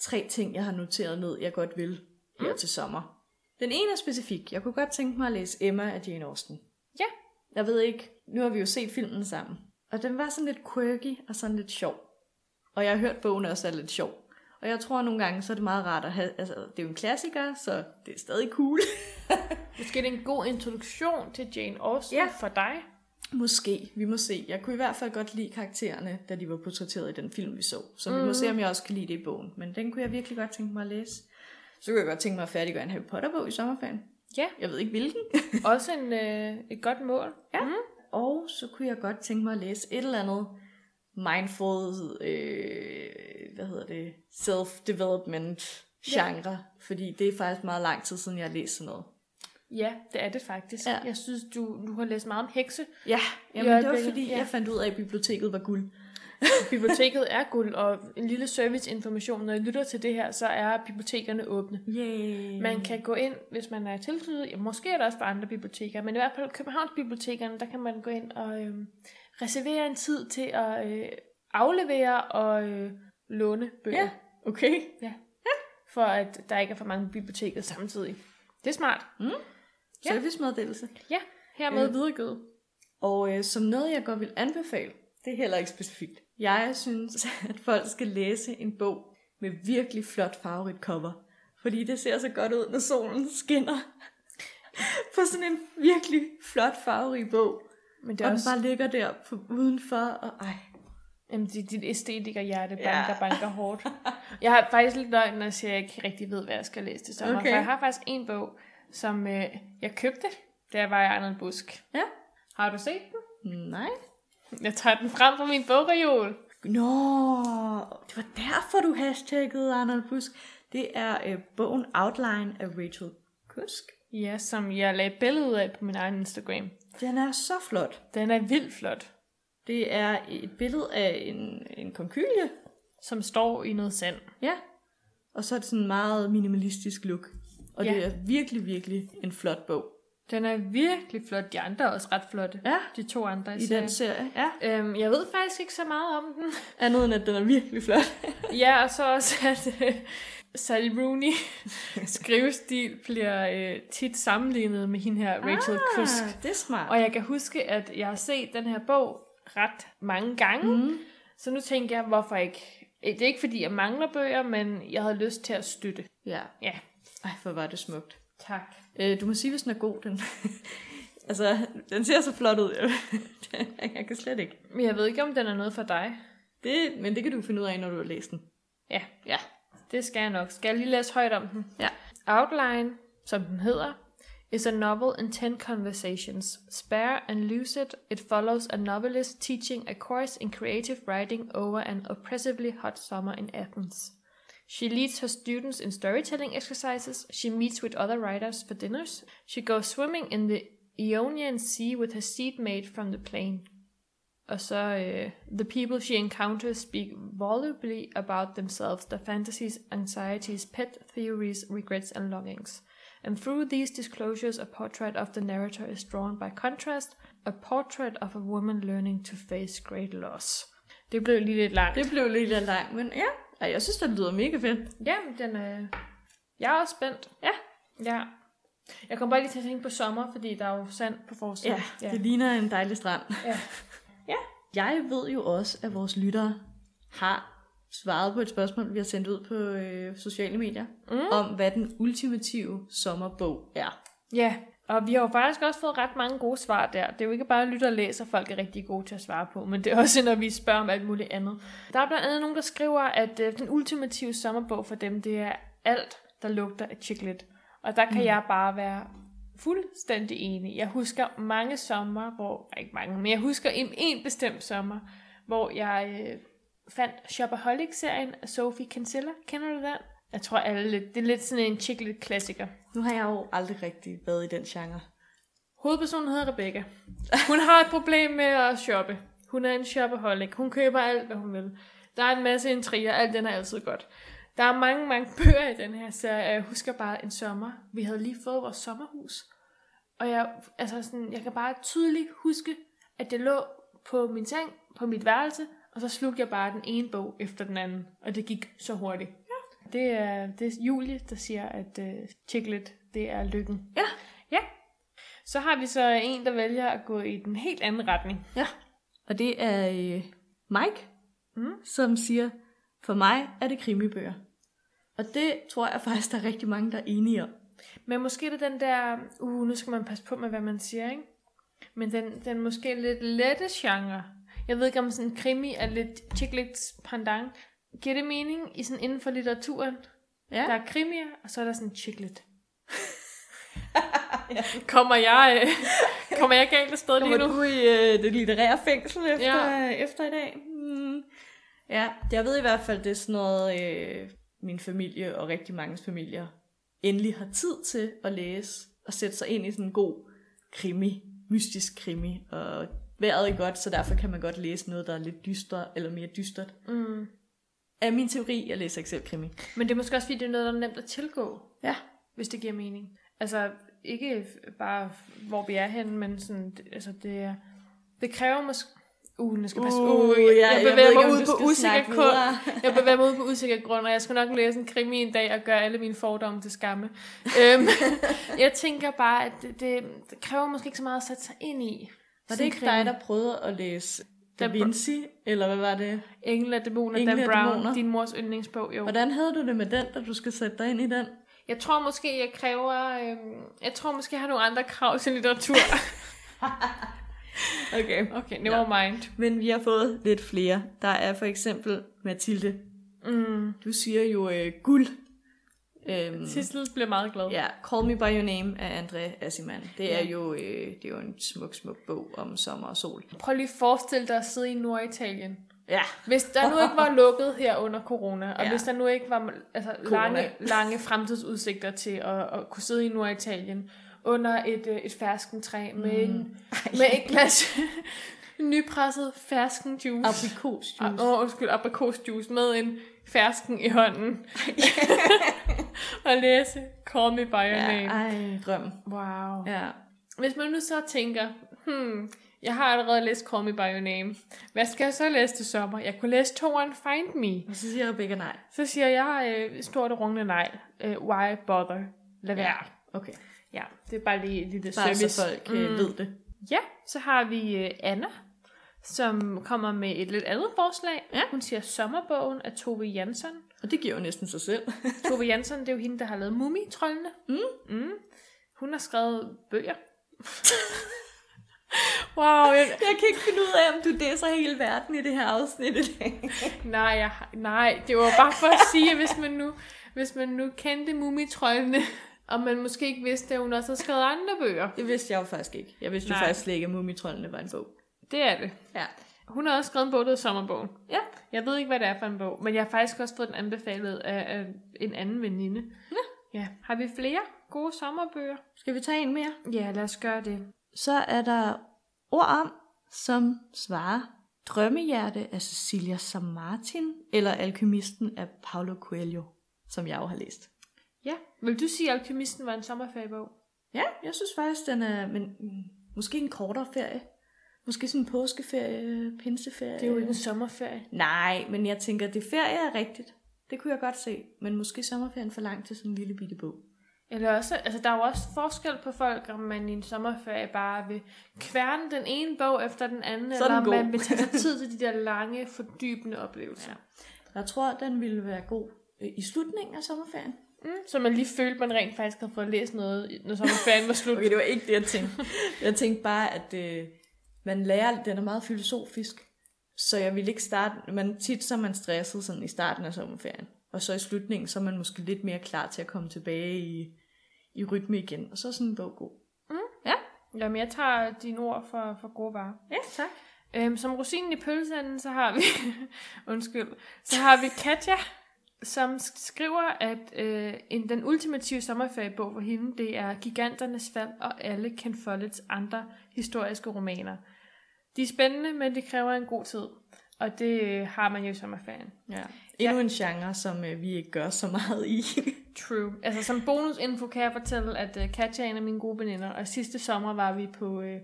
[SPEAKER 1] tre ting, jeg har noteret ned, jeg godt vil her til sommer. Den ene er specifik. Jeg kunne godt tænke mig at læse Emma af Jane Austen.
[SPEAKER 2] Ja.
[SPEAKER 1] Jeg ved ikke, nu har vi jo set filmen sammen, og den var sådan lidt quirky og sådan lidt sjov. Og jeg har hørt, bogen også er lidt sjov. Og jeg tror nogle gange, så er det meget rart at have, altså det er jo en klassiker, så det er stadig cool.
[SPEAKER 2] Måske det er en god introduktion til Jane Austen
[SPEAKER 1] Ja.
[SPEAKER 2] ja. for dig.
[SPEAKER 1] Måske, vi må se. Jeg kunne i hvert fald godt lide karaktererne, da de var portrætteret i den film, vi så. Så vi må se, om jeg også kan lide det i bogen. Men den kunne jeg virkelig godt tænke mig at læse. Så kunne jeg godt tænke mig at færdiggøre en Harry Potter-bog i sommerferien.
[SPEAKER 2] Ja.
[SPEAKER 1] Jeg ved ikke hvilken.
[SPEAKER 2] Også en, øh, et godt mål. Mhm.
[SPEAKER 1] Ja. Og så kunne jeg godt tænke mig at læse et eller andet mindful, øh, hvad hedder det, self-development genre. Fordi det er faktisk meget lang tid siden, jeg har læst sådan noget.
[SPEAKER 2] Ja, det er det faktisk.
[SPEAKER 1] Ja.
[SPEAKER 2] Ja. Jeg synes, du, du har læst meget om hekse.
[SPEAKER 1] Ja, jamen,
[SPEAKER 2] I
[SPEAKER 1] det var
[SPEAKER 2] øjeblikket,
[SPEAKER 1] fordi,
[SPEAKER 2] ja.
[SPEAKER 1] jeg fandt ud af, at biblioteket var guld.
[SPEAKER 2] Biblioteket er guld, og en lille serviceinformation. Når I lytter til det her, så er bibliotekerne åbne.
[SPEAKER 1] Yay.
[SPEAKER 2] Man kan gå ind, hvis man er tilknyttet. Ja, måske er der også bare andre biblioteker, men i hvert fald Københavnsbibliotekerne, der kan man gå ind og øh, reservere en tid til at øh, aflevere og øh, låne bøger,
[SPEAKER 1] Ja,
[SPEAKER 2] ja.
[SPEAKER 1] okay.
[SPEAKER 2] for at der ikke er for mange biblioteker samtidig. Det er smart.
[SPEAKER 1] Ja. Servicemeddelelse.
[SPEAKER 2] Ja, hermed
[SPEAKER 1] Øh.
[SPEAKER 2] øh. videregivet.
[SPEAKER 1] Og øh, som noget, jeg godt vil anbefale, det er heller ikke specifikt. Jeg synes, at folk skal læse en bog med virkelig flot farverigt cover. Fordi det ser så godt ud, når solen skinner på sådan en virkelig flot farverig bog.
[SPEAKER 2] Men det
[SPEAKER 1] Og
[SPEAKER 2] er
[SPEAKER 1] den
[SPEAKER 2] også
[SPEAKER 1] bare ligger der på, udenfor, og ej.
[SPEAKER 2] Jamen, det er dit æstetikerhjerte,
[SPEAKER 1] Ja.
[SPEAKER 2] banker, ja. banker hårdt. Jeg har faktisk lidt løgn, når jeg siger, at jeg ikke rigtig ved, hvad jeg skal læse til sommer.
[SPEAKER 1] Okay.
[SPEAKER 2] Okay. For jeg har faktisk en bog, som øh, jeg købte, da jeg var i Arnold Busk.
[SPEAKER 1] Ja.
[SPEAKER 2] Har du set den?
[SPEAKER 1] Nej.
[SPEAKER 2] Jeg tager den frem fra min bogreol.
[SPEAKER 1] Nå, det var derfor, du hashtaggede Arnold Busk. Det er øh, bogen Outline af Rachel Kusk.
[SPEAKER 2] Ja, som jeg lagde et billede af på min egen Instagram.
[SPEAKER 1] Den er så flot.
[SPEAKER 2] Den er vildt flot,
[SPEAKER 1] Det er et billede af en, en konkylie.
[SPEAKER 2] som står i noget sand.
[SPEAKER 1] Ja. Og så er det sådan en meget minimalistisk look. Og ja.
[SPEAKER 2] Ja.
[SPEAKER 1] det er virkelig, virkelig en flot bog.
[SPEAKER 2] Den er virkelig flot. De andre er også ret flotte.
[SPEAKER 1] Ja.
[SPEAKER 2] De to andre
[SPEAKER 1] I den serie. Ja.
[SPEAKER 2] Øhm, jeg ved faktisk ikke så meget om den.
[SPEAKER 1] Andet end, at den er virkelig flot.
[SPEAKER 2] Ja, og så også, at øh, Sally Rooney skrivestil bliver øh, tit sammenlignet med hende her, Rachel ah. Kusk.
[SPEAKER 1] det er smart.
[SPEAKER 2] Og jeg kan huske, at jeg har set den her bog ret mange gange. Mm. Så nu tænker jeg, hvorfor ikke? Øh, Det er ikke, fordi jeg mangler bøger, men jeg havde lyst til at støtte.
[SPEAKER 1] Ja.
[SPEAKER 2] Ja,
[SPEAKER 1] Ej, hvor var det smukt.
[SPEAKER 2] tak.
[SPEAKER 1] Øh, du må sige, hvis den er god, den. altså, den ser så flot ud. jeg kan slet ikke.
[SPEAKER 2] Men jeg ved ikke, om den er noget for dig.
[SPEAKER 1] Det, men det kan du finde ud af, når du har læst den.
[SPEAKER 2] Ja,
[SPEAKER 1] Ja.
[SPEAKER 2] det skal jeg nok. Skal jeg lige læse højt om den?
[SPEAKER 1] Ja.
[SPEAKER 2] Outline, som den hedder, is a novel in 10 conversations. Spare and lucid, it follows a novelist teaching a course in creative writing over an oppressively hot summer in Athens. She leads her students in storytelling exercises. She meets with other writers for dinners. She goes swimming in the Ionian Sea with her seatmate from the plane. Og så, øh, the people she encounters speak volubly about themselves, their fantasies, anxieties, pet theories, regrets, and longings. And through these disclosures, a portrait of the narrator is drawn by contrast, a portrait of a woman learning to face great loss. Det blev lige lidt langt.
[SPEAKER 1] Det blev lidt langt, men ja. Ej, jeg synes, det lyder mega fedt.
[SPEAKER 2] Jamen, den er... Jeg er også spændt.
[SPEAKER 1] Ja.
[SPEAKER 2] Ja. Jeg kommer bare lige til at tænke på sommer, fordi der er jo sand på forsiden.
[SPEAKER 1] Ja, ja, det ligner en dejlig strand.
[SPEAKER 2] Ja.
[SPEAKER 1] ja. Jeg ved jo også, at vores lyttere har svaret på et spørgsmål, vi har sendt ud på øh, sociale medier,
[SPEAKER 2] Mm.
[SPEAKER 1] om hvad den ultimative sommerbog er.
[SPEAKER 2] ja. Og vi har jo faktisk også fået ret mange gode svar der. Det er jo ikke bare at lytte og læse, og folk er rigtig gode til at svare på, men det er også, når vi spørger om alt muligt andet. Der er blandt andet nogen, der skriver, at øh, den ultimative sommerbog for dem, det er alt, der lugter af chiclet. Og der kan mm. jeg bare være fuldstændig enig. Jeg husker mange sommer, hvor... nej, Ikke mange, men jeg husker en, en bestemt sommer, hvor jeg øh, fandt Shopaholic-serien af Sophie Kinsella. Kender du den? Jeg tror alle lidt... Det er lidt sådan en chiclet-klassiker.
[SPEAKER 1] Nu har jeg jo aldrig rigtig været i den genre.
[SPEAKER 2] Hovedpersonen hedder Rebecca. Hun har et problem med at shoppe. Hun er en shopaholic. Hun køber alt, hvad hun vil. Der er en masse intriger. Alt den er altid godt. Der er mange, mange bøger i den her serie. og Jeg husker bare en sommer. Vi havde lige fået vores sommerhus. Og jeg, altså sådan, jeg kan bare tydeligt huske, at det lå på min seng, på mit værelse. Og så slugte jeg bare den ene bog efter den anden. Og det gik så hurtigt. Ja. Det, er, det er Julie, der siger, at uh, chiclet, det er lykken.
[SPEAKER 1] Ja.
[SPEAKER 2] Ja, så har vi så en, der vælger at gå i den helt anden retning.
[SPEAKER 1] Ja. Og det er øh, Mike,
[SPEAKER 2] Mm.
[SPEAKER 1] mm. som siger, for mig er det krimibøger. Og det tror jeg faktisk, der er rigtig mange, der er enige om.
[SPEAKER 2] Men måske er det den der, uh, nu skal man passe på med, hvad man siger, ikke? Men den, den måske lidt lette genre. Jeg ved ikke, om sådan en krimi er lidt chiklets pendant. Giver det mening i sådan inden for litteraturen?
[SPEAKER 1] Ja.
[SPEAKER 2] Der er krimier, og så er der sådan chiklet. kommer, jeg, øh, kommer jeg galt afsted lige nu?
[SPEAKER 1] Kommer du i øh, det litterære fængsel efter,
[SPEAKER 2] Ja.
[SPEAKER 1] ja. efter i dag? Hmm. Ja, jeg ved i hvert fald, det er sådan noget, øh, min familie og rigtig mange familier endelig har tid til at læse og sætte sig ind i sådan en god krimi, mystisk krimi. Og vejret er godt, så derfor kan man godt læse noget, der er lidt dyster eller mere dystert.
[SPEAKER 2] Mm.
[SPEAKER 1] Er min teori, jeg læser ikke selv krimi.
[SPEAKER 2] Men det er måske også, fordi det er noget, der er nemt at tilgå.
[SPEAKER 1] Ja.
[SPEAKER 2] hvis det giver mening. Altså, ikke f- bare, f- hvor vi er henne, men sådan, det- altså, det er, det kræver måske, uh, nu skal jeg passe, uh, uh, jeg, jeg, jeg bevæger mig ud på usikker grund, jeg bevæger mig ud på usikker grund, og jeg skal nok læse en krimi en dag og gøre alle mine fordomme til skamme. øhm, jeg tænker bare, at det, det, det, kræver måske ikke så meget at sætte sig ind i.
[SPEAKER 1] Var det
[SPEAKER 2] Sådan
[SPEAKER 1] ikke
[SPEAKER 2] krimi.
[SPEAKER 1] dig, der prøvede at læse Da
[SPEAKER 2] Der-
[SPEAKER 1] Vinci, eller hvad var det?
[SPEAKER 2] Engle og dæmoner,
[SPEAKER 1] Engle
[SPEAKER 2] Dan
[SPEAKER 1] og
[SPEAKER 2] Brown,
[SPEAKER 1] dæmoner?
[SPEAKER 2] din mors yndlingsbog, jo.
[SPEAKER 1] Hvordan havde du det med den, da du skal sætte dig ind i den?
[SPEAKER 2] Jeg tror måske, jeg kræver, øhm, jeg tror måske, jeg har nogle andre krav til litteratur.
[SPEAKER 1] Okay.
[SPEAKER 2] Okay, never mind.
[SPEAKER 1] Men vi har fået lidt flere. Der er for eksempel Mathilde.
[SPEAKER 2] Mm.
[SPEAKER 1] Du siger jo øh, guld. Øhm,
[SPEAKER 2] Sissel bliver meget glad.
[SPEAKER 1] ja, Call Me By Your Name af André Assimann. Det er jo, øh, det er jo en smuk, smuk bog om sommer og sol.
[SPEAKER 2] Prøv lige at forestille dig at sidde i Norditalien.
[SPEAKER 1] Ja,
[SPEAKER 2] Hvis der nu ikke var lukket her under corona, og ja.
[SPEAKER 1] Ja.
[SPEAKER 2] hvis der nu ikke var altså,
[SPEAKER 1] Corona.
[SPEAKER 2] lange, lange fremtidsudsigter til at, at kunne sidde i Norditalien under et, øh, et ferskentræ mm. med, en, med et glas nypresset ferskenjuice.
[SPEAKER 1] aprikosjuice.
[SPEAKER 2] Åh, oh, undskyld, aprikosjuice med en fersken i hånden. og læse Call Me By Your
[SPEAKER 1] Ja,
[SPEAKER 2] Name.
[SPEAKER 1] ej, drøm.
[SPEAKER 2] Wow.
[SPEAKER 1] Ja.
[SPEAKER 2] Hvis man nu så tænker, hmm, jeg har allerede læst Call Me By Your Name. Hvad skal jeg så læse til sommer? Jeg kunne læse toeren Find Me.
[SPEAKER 1] Og så siger Rebecca nej.
[SPEAKER 2] Så siger jeg øh, stort og rungende nej. Øh, why bother? Lad være. Ja.
[SPEAKER 1] Okay.
[SPEAKER 2] ja, det er bare lige et lille
[SPEAKER 1] Bare
[SPEAKER 2] service.
[SPEAKER 1] så folk øh,
[SPEAKER 2] Mm.
[SPEAKER 1] ved det.
[SPEAKER 2] Ja, så har vi øh, Anna, som kommer med et lidt andet forslag.
[SPEAKER 1] Ja.
[SPEAKER 2] Hun siger Sommerbogen af Tove Jansson.
[SPEAKER 1] Og det giver jo næsten sig selv.
[SPEAKER 2] Tove Jansson, det er jo hende, der har lavet Mumitrollene.
[SPEAKER 1] Mm.
[SPEAKER 2] Mm. Hun har skrevet bøger. wow, jeg,
[SPEAKER 1] Jeg kan ikke finde ud af, om du dæser hele verden i det her afsnit i dag.
[SPEAKER 2] Nej, jeg, har- nej, det var bare for at sige, at hvis man nu, hvis man nu kendte mumitrollene, og man måske ikke vidste, at hun også havde skrevet andre bøger.
[SPEAKER 1] Det vidste jeg jo faktisk ikke. Jeg vidste jo
[SPEAKER 2] Nej.
[SPEAKER 1] faktisk slet ikke, at Mumitrollene var en bog.
[SPEAKER 2] Det er det.
[SPEAKER 1] Ja.
[SPEAKER 2] Hun har også skrevet en bog, der hedder Sommerbogen.
[SPEAKER 1] Ja.
[SPEAKER 2] Jeg ved ikke, hvad det er for en bog, men jeg har faktisk også fået den anbefalet af, af en anden veninde. Ja. ja. Har vi flere gode sommerbøger?
[SPEAKER 1] Skal vi tage en mere?
[SPEAKER 2] Ja, lad os gøre det.
[SPEAKER 1] Så er der ord om, som svarer Drømmehjerte af Cecilia Samartin eller Alkymisten af Paulo Coelho, som jeg jo har læst.
[SPEAKER 2] Ja. Vil du sige, at Alkymisten var en sommerferiebog?
[SPEAKER 1] Ja, jeg synes faktisk, den er men, mm, måske en kortere ferie. Måske sådan en påskeferie, pinseferie.
[SPEAKER 2] Det er jo ikke en sommerferie.
[SPEAKER 1] Nej, men jeg tænker, det ferie er rigtigt. Det kunne jeg godt se, men måske sommerferien for langt til sådan en lille bitte bog.
[SPEAKER 2] Eller også, altså der er jo også forskel på folk, om man i en sommerferie bare vil kværne den ene bog efter den anden,
[SPEAKER 1] Så er
[SPEAKER 2] eller
[SPEAKER 1] den
[SPEAKER 2] om
[SPEAKER 1] god.
[SPEAKER 2] man vil tage sig tid til de der lange, fordybende oplevelser. Ja.
[SPEAKER 1] Jeg tror, den ville være god øh, i slutningen af sommerferien.
[SPEAKER 2] Mm, så man lige følte, man rent faktisk havde fået læst noget, når sommerferien var slut.
[SPEAKER 1] Okay, det var ikke det, jeg tænkte. Jeg tænkte bare, at øh, man lærer, den er meget filosofisk. Så jeg ville ikke starte, man tit så er man stresset sådan i starten af sommerferien. Og så i slutningen, så er man måske lidt mere klar til at komme tilbage i, i rytme igen. Og så er sådan en bog god.
[SPEAKER 2] Jamen, jeg tager dine ord for, for gode varer.
[SPEAKER 1] Ja, tak.
[SPEAKER 2] Øhm, som rosinen i pølseenden, så har vi, undskyld, så har vi Katja, som sk- skriver, at øh, en, den ultimative sommerferiebog for hende, det er Giganternes fald og alle Ken Folletts andre historiske romaner. De er spændende, men det kræver en god tid, og det øh, har man jo i sommerferien.
[SPEAKER 1] Ja. Endnu en genre, som øh, vi ikke gør så meget i.
[SPEAKER 2] True. Altså som bonusinfo kan jeg fortælle, at øh, Katja er en af mine gode veninder, og sidste sommer var vi på øh,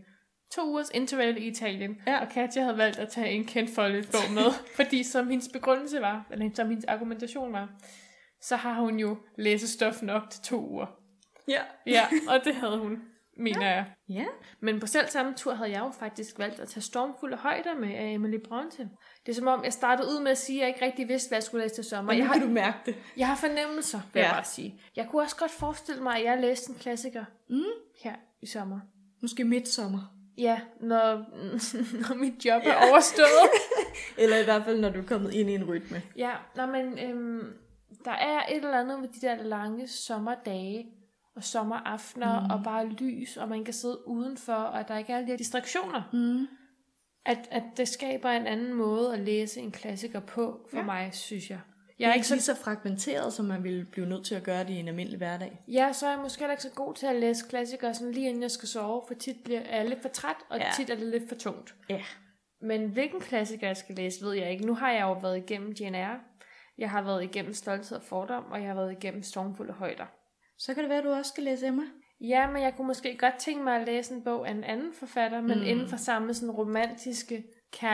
[SPEAKER 2] to ugers interrail i Italien,
[SPEAKER 1] Ja.
[SPEAKER 2] og Katja havde valgt at tage en kendt bog med, fordi som hendes begrundelse var, eller som hendes argumentation var, så har hun jo læsestof nok til to uger.
[SPEAKER 1] ja.
[SPEAKER 2] Ja, og det havde hun, mener jeg.
[SPEAKER 1] Ja.
[SPEAKER 2] Men på selv samme tur havde jeg jo faktisk valgt at tage stormfulde højder med af Emily Bronte. Det er som om, jeg startede ud med at sige, at jeg ikke rigtig vidste, hvad jeg skulle læse til sommer.
[SPEAKER 1] Og
[SPEAKER 2] Jeg
[SPEAKER 1] nu
[SPEAKER 2] har
[SPEAKER 1] kan du mærke det.
[SPEAKER 2] jeg har fornemmelser, vil ja. jeg
[SPEAKER 1] Ja.
[SPEAKER 2] bare sige. Jeg kunne også godt forestille mig, at jeg læste en klassiker
[SPEAKER 1] Mm.
[SPEAKER 2] her i sommer.
[SPEAKER 1] Måske midtsommer.
[SPEAKER 2] Ja, når, når mit job er overstået.
[SPEAKER 1] Eller i hvert fald, når du er kommet ind i en rytme.
[SPEAKER 2] ja, nå, men øhm, der er et eller andet ved de der lange sommerdage og sommeraftener mm. og bare lys, og man kan sidde udenfor, og der ikke er alle de her distraktioner.
[SPEAKER 1] Mm.
[SPEAKER 2] At, at det skaber en anden måde at læse en klassiker på for ja.
[SPEAKER 1] Ja.
[SPEAKER 2] mig, synes jeg.
[SPEAKER 1] Jeg
[SPEAKER 2] Jeg
[SPEAKER 1] er
[SPEAKER 2] er
[SPEAKER 1] ikke
[SPEAKER 2] ikke så,
[SPEAKER 1] lige så fragmenteret, som man ville blive nødt til at gøre det i en almindelig hverdag.
[SPEAKER 2] ja, så er jeg måske heller ikke så god til at læse klassikere sådan lige inden jeg skal sove, for tit bliver jeg lidt for træt, og ja.
[SPEAKER 1] Ja.
[SPEAKER 2] tit er det lidt for tungt.
[SPEAKER 1] Ja.
[SPEAKER 2] Men hvilken klassiker jeg skal læse, ved jeg ikke. Nu har jeg jo været igennem GNR. Jeg har været igennem Stolthed og Fordom, og jeg har været igennem Stormfulde Højder.
[SPEAKER 1] Så kan det være, at du også skal læse Emma.
[SPEAKER 2] Ja, men jeg kunne måske godt tænke mig at læse en bog af en anden forfatter, men mm.
[SPEAKER 1] Mm.
[SPEAKER 2] inden for samme sådan romantiske